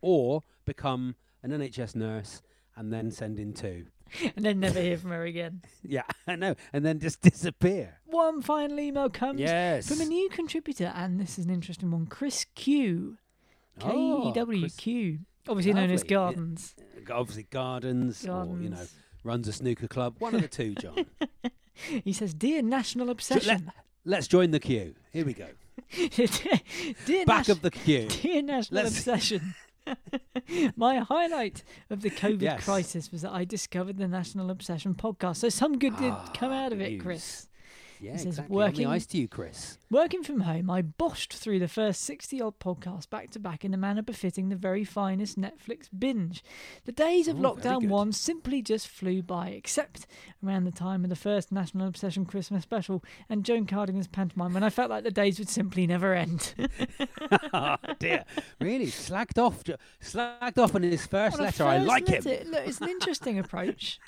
Speaker 3: or become an NHS nurse and then send in two.
Speaker 4: and then never hear from her again.
Speaker 3: Yeah, I know. And then just disappear.
Speaker 4: One final email comes
Speaker 3: Yes.
Speaker 4: from a new contributor, and this is an interesting one Chris Q. K E
Speaker 3: Oh,
Speaker 4: W
Speaker 3: Chris-
Speaker 4: Q. Obviously known as
Speaker 3: Lovely. Yeah.
Speaker 4: Gardens.
Speaker 3: obviously gardens, or you know
Speaker 4: Gardens.
Speaker 3: runs a snooker club. One of the two, John.
Speaker 4: He says, Dear National
Speaker 3: Jo- let,
Speaker 4: Obsession.
Speaker 3: let's join the queue. Here we go.
Speaker 4: Dear
Speaker 3: Back
Speaker 4: Nas-
Speaker 3: of the queue.
Speaker 4: Dear National
Speaker 3: Let's-
Speaker 4: Obsession. My highlight of the COVID
Speaker 3: Yes.
Speaker 4: crisis was that I discovered the National Obsession podcast. So some good did come
Speaker 3: Ah,
Speaker 4: out of it,
Speaker 3: news.
Speaker 4: Chris.
Speaker 3: Yeah,
Speaker 4: He says,
Speaker 3: exactly.
Speaker 4: "Working-
Speaker 3: On the ice to you, Chris.
Speaker 4: Working from home, I boshed through the first 60 odd podcasts back to back in a manner befitting the very finest Netflix binge. The days of
Speaker 3: Ooh, Oh, very
Speaker 4: lockdown
Speaker 3: good.
Speaker 4: one simply just flew by, except around the time of the first National Obsession Christmas special and Joan Cardigan's pantomime when I felt like the days would simply never end.
Speaker 3: oh dear, really slagged off. Jo- Slagged off in his first
Speaker 4: On a
Speaker 3: letter. I
Speaker 4: first
Speaker 3: like him.
Speaker 4: letter- Look, it's an interesting approach.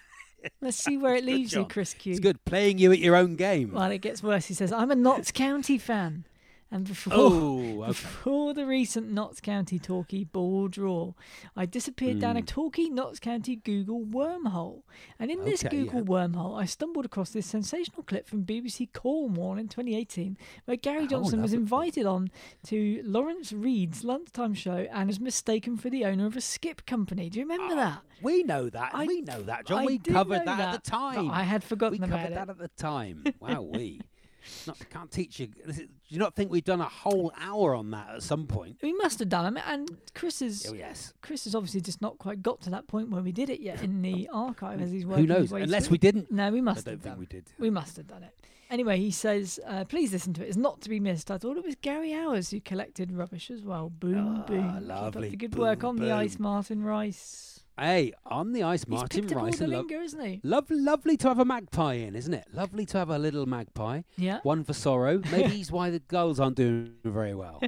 Speaker 4: Let's see where it
Speaker 3: Good
Speaker 4: leaves you,
Speaker 3: job.
Speaker 4: Chris Q.
Speaker 3: It's good playing you at your own game.
Speaker 4: Well, it gets worse. He says, I'm a Notts County fan. And before,
Speaker 3: Oh, okay.
Speaker 4: before the recent Notts County talkie ball draw, I disappeared down a
Speaker 3: Hmm.
Speaker 4: talkie Notts County Google wormhole. And in this
Speaker 3: Okay, yeah.
Speaker 4: Google wormhole, I stumbled across this sensational clip from BBC Cornwall in 2018, where
Speaker 3: Oh,
Speaker 4: Gary Johnson was
Speaker 3: lovely.
Speaker 4: invited on to Lawrence Reed's lunchtime show and was mistaken for the owner of a skip company. Do you remember
Speaker 3: Ah.
Speaker 4: that?
Speaker 3: we know that.
Speaker 4: I-
Speaker 3: we know that, John.
Speaker 4: I
Speaker 3: we
Speaker 4: did know
Speaker 3: covered that, at the
Speaker 4: that, but
Speaker 3: time.
Speaker 4: I had forgotten
Speaker 3: we
Speaker 4: about
Speaker 3: covered
Speaker 4: it.
Speaker 3: that at the time. Wow, we. Not, can't teach you. This is, do you not think we've done a whole hour on that at some point?
Speaker 4: We must have done it. And Chris is.
Speaker 3: Oh yes.
Speaker 4: Chris has obviously just not quite got to that point where we did it yet in the archive as he's working.
Speaker 3: Who
Speaker 4: his
Speaker 3: knows?
Speaker 4: way
Speaker 3: Unless
Speaker 4: through.
Speaker 3: we didn't.
Speaker 4: No, we must
Speaker 3: I don't
Speaker 4: have
Speaker 3: think
Speaker 4: done
Speaker 3: we
Speaker 4: it.
Speaker 3: did.
Speaker 4: We must have done it. Anyway, he says, uh, please listen to it. It's not to be missed. I thought it was Gary Hours who collected rubbish as well. Boom,
Speaker 3: Ah,
Speaker 4: boom. Keep up
Speaker 3: lovely.
Speaker 4: the good
Speaker 3: Boom,
Speaker 4: work on the ice,
Speaker 3: boom.
Speaker 4: Martin Rice.
Speaker 3: Hey, on the ice,
Speaker 4: he's
Speaker 3: Martin
Speaker 4: picked
Speaker 3: Rice
Speaker 4: up all
Speaker 3: and
Speaker 4: the
Speaker 3: love.
Speaker 4: lingo, isn't he?
Speaker 3: Love, lovely to have a magpie in, isn't it? Lovely to have a little magpie.
Speaker 4: Yeah.
Speaker 3: One for sorrow. Maybe he's why the girls aren't doing very well.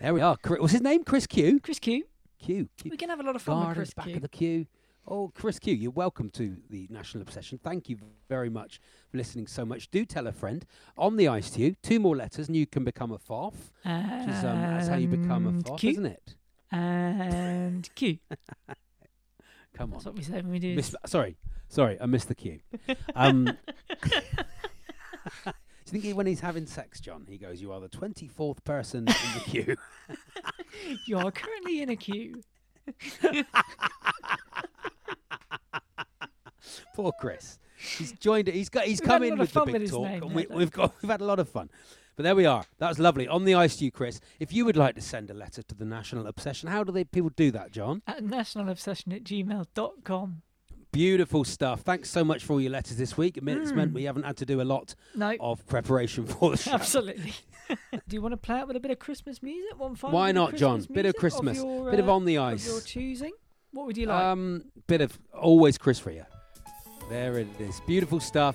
Speaker 3: there we are. Chris, what's his name? Chris Q.
Speaker 4: Chris Q.
Speaker 3: Q. Q.
Speaker 4: We can have a lot of fun with
Speaker 3: Gardens
Speaker 4: Chris
Speaker 3: back
Speaker 4: Q.
Speaker 3: of the queue. Oh, Chris Q, you're welcome to the National Obsession. Thank you very much for listening so much. Do tell a friend on the ice to you. Two more letters, and you can become a foff. Which is, um, that's how you become a
Speaker 4: And
Speaker 3: foff,
Speaker 4: Q.
Speaker 3: isn't it?
Speaker 4: And Q.
Speaker 3: Come on.
Speaker 4: That's what we say when we do.
Speaker 3: Miss-
Speaker 4: this.
Speaker 3: sorry, sorry, I missed the cue. Um, do you think he, when he's having sex, John, he goes, "You are the twenty-fourth person in the queue."
Speaker 4: You are currently in a queue.
Speaker 3: Poor Chris. He's joined. He's got. He's
Speaker 4: We've had
Speaker 3: come
Speaker 4: a
Speaker 3: in
Speaker 4: lot of
Speaker 3: with the
Speaker 4: fun
Speaker 3: big
Speaker 4: with his
Speaker 3: talk,
Speaker 4: name
Speaker 3: and
Speaker 4: there,
Speaker 3: we,
Speaker 4: though.
Speaker 3: we've got. We've had a lot of fun. But there we are. That was lovely. On the ice to you, Chris. If you would like to send a letter to the National Obsession, how do they people do that, John?
Speaker 4: At nationalobsession at gmail.com.
Speaker 3: Beautiful stuff. Thanks so much for all your letters this week. It meant- It's meant we haven't had to do a lot
Speaker 4: Mm. No.
Speaker 3: of preparation for the show.
Speaker 4: Absolutely. Do you want to play out with a bit of Christmas music? One final.
Speaker 3: Why
Speaker 4: bit of
Speaker 3: not, John?
Speaker 4: Christmas
Speaker 3: Bit of
Speaker 4: music
Speaker 3: Christmas,
Speaker 4: your, uh,
Speaker 3: bit of On the
Speaker 4: Of your
Speaker 3: Ice.
Speaker 4: choosing. What would you like?
Speaker 3: Um, bit of always Chris for you. There it is. Beautiful stuff.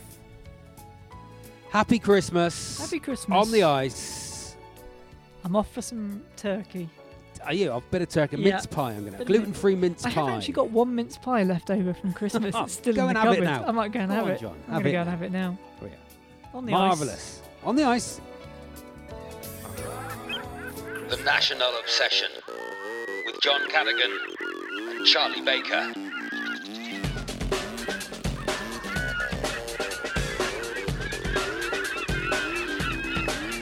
Speaker 3: Happy Christmas.
Speaker 4: Happy Christmas.
Speaker 3: On the ice.
Speaker 4: I'm off for some turkey.
Speaker 3: Are you? I've bit of turkey,
Speaker 4: Yeah.
Speaker 3: mince pie. I'm gonna
Speaker 4: Bit of
Speaker 3: gluten free mince
Speaker 4: I
Speaker 3: pie.
Speaker 4: have actually got one mince pie left over from Christmas.
Speaker 3: Oh,
Speaker 4: it's still
Speaker 3: go
Speaker 4: in the
Speaker 3: and have it
Speaker 4: cupboard.
Speaker 3: now.
Speaker 4: I might go and
Speaker 3: Go
Speaker 4: have
Speaker 3: on,
Speaker 4: it.
Speaker 3: John,
Speaker 4: I'm
Speaker 3: have
Speaker 4: gonna
Speaker 3: it
Speaker 4: go and
Speaker 3: now.
Speaker 4: have it now.
Speaker 3: Oh, yeah.
Speaker 4: On the ice.
Speaker 3: Marvelous. On the ice.
Speaker 2: The National Obsession with John Cadogan and Charlie Baker.
Speaker 1: Mom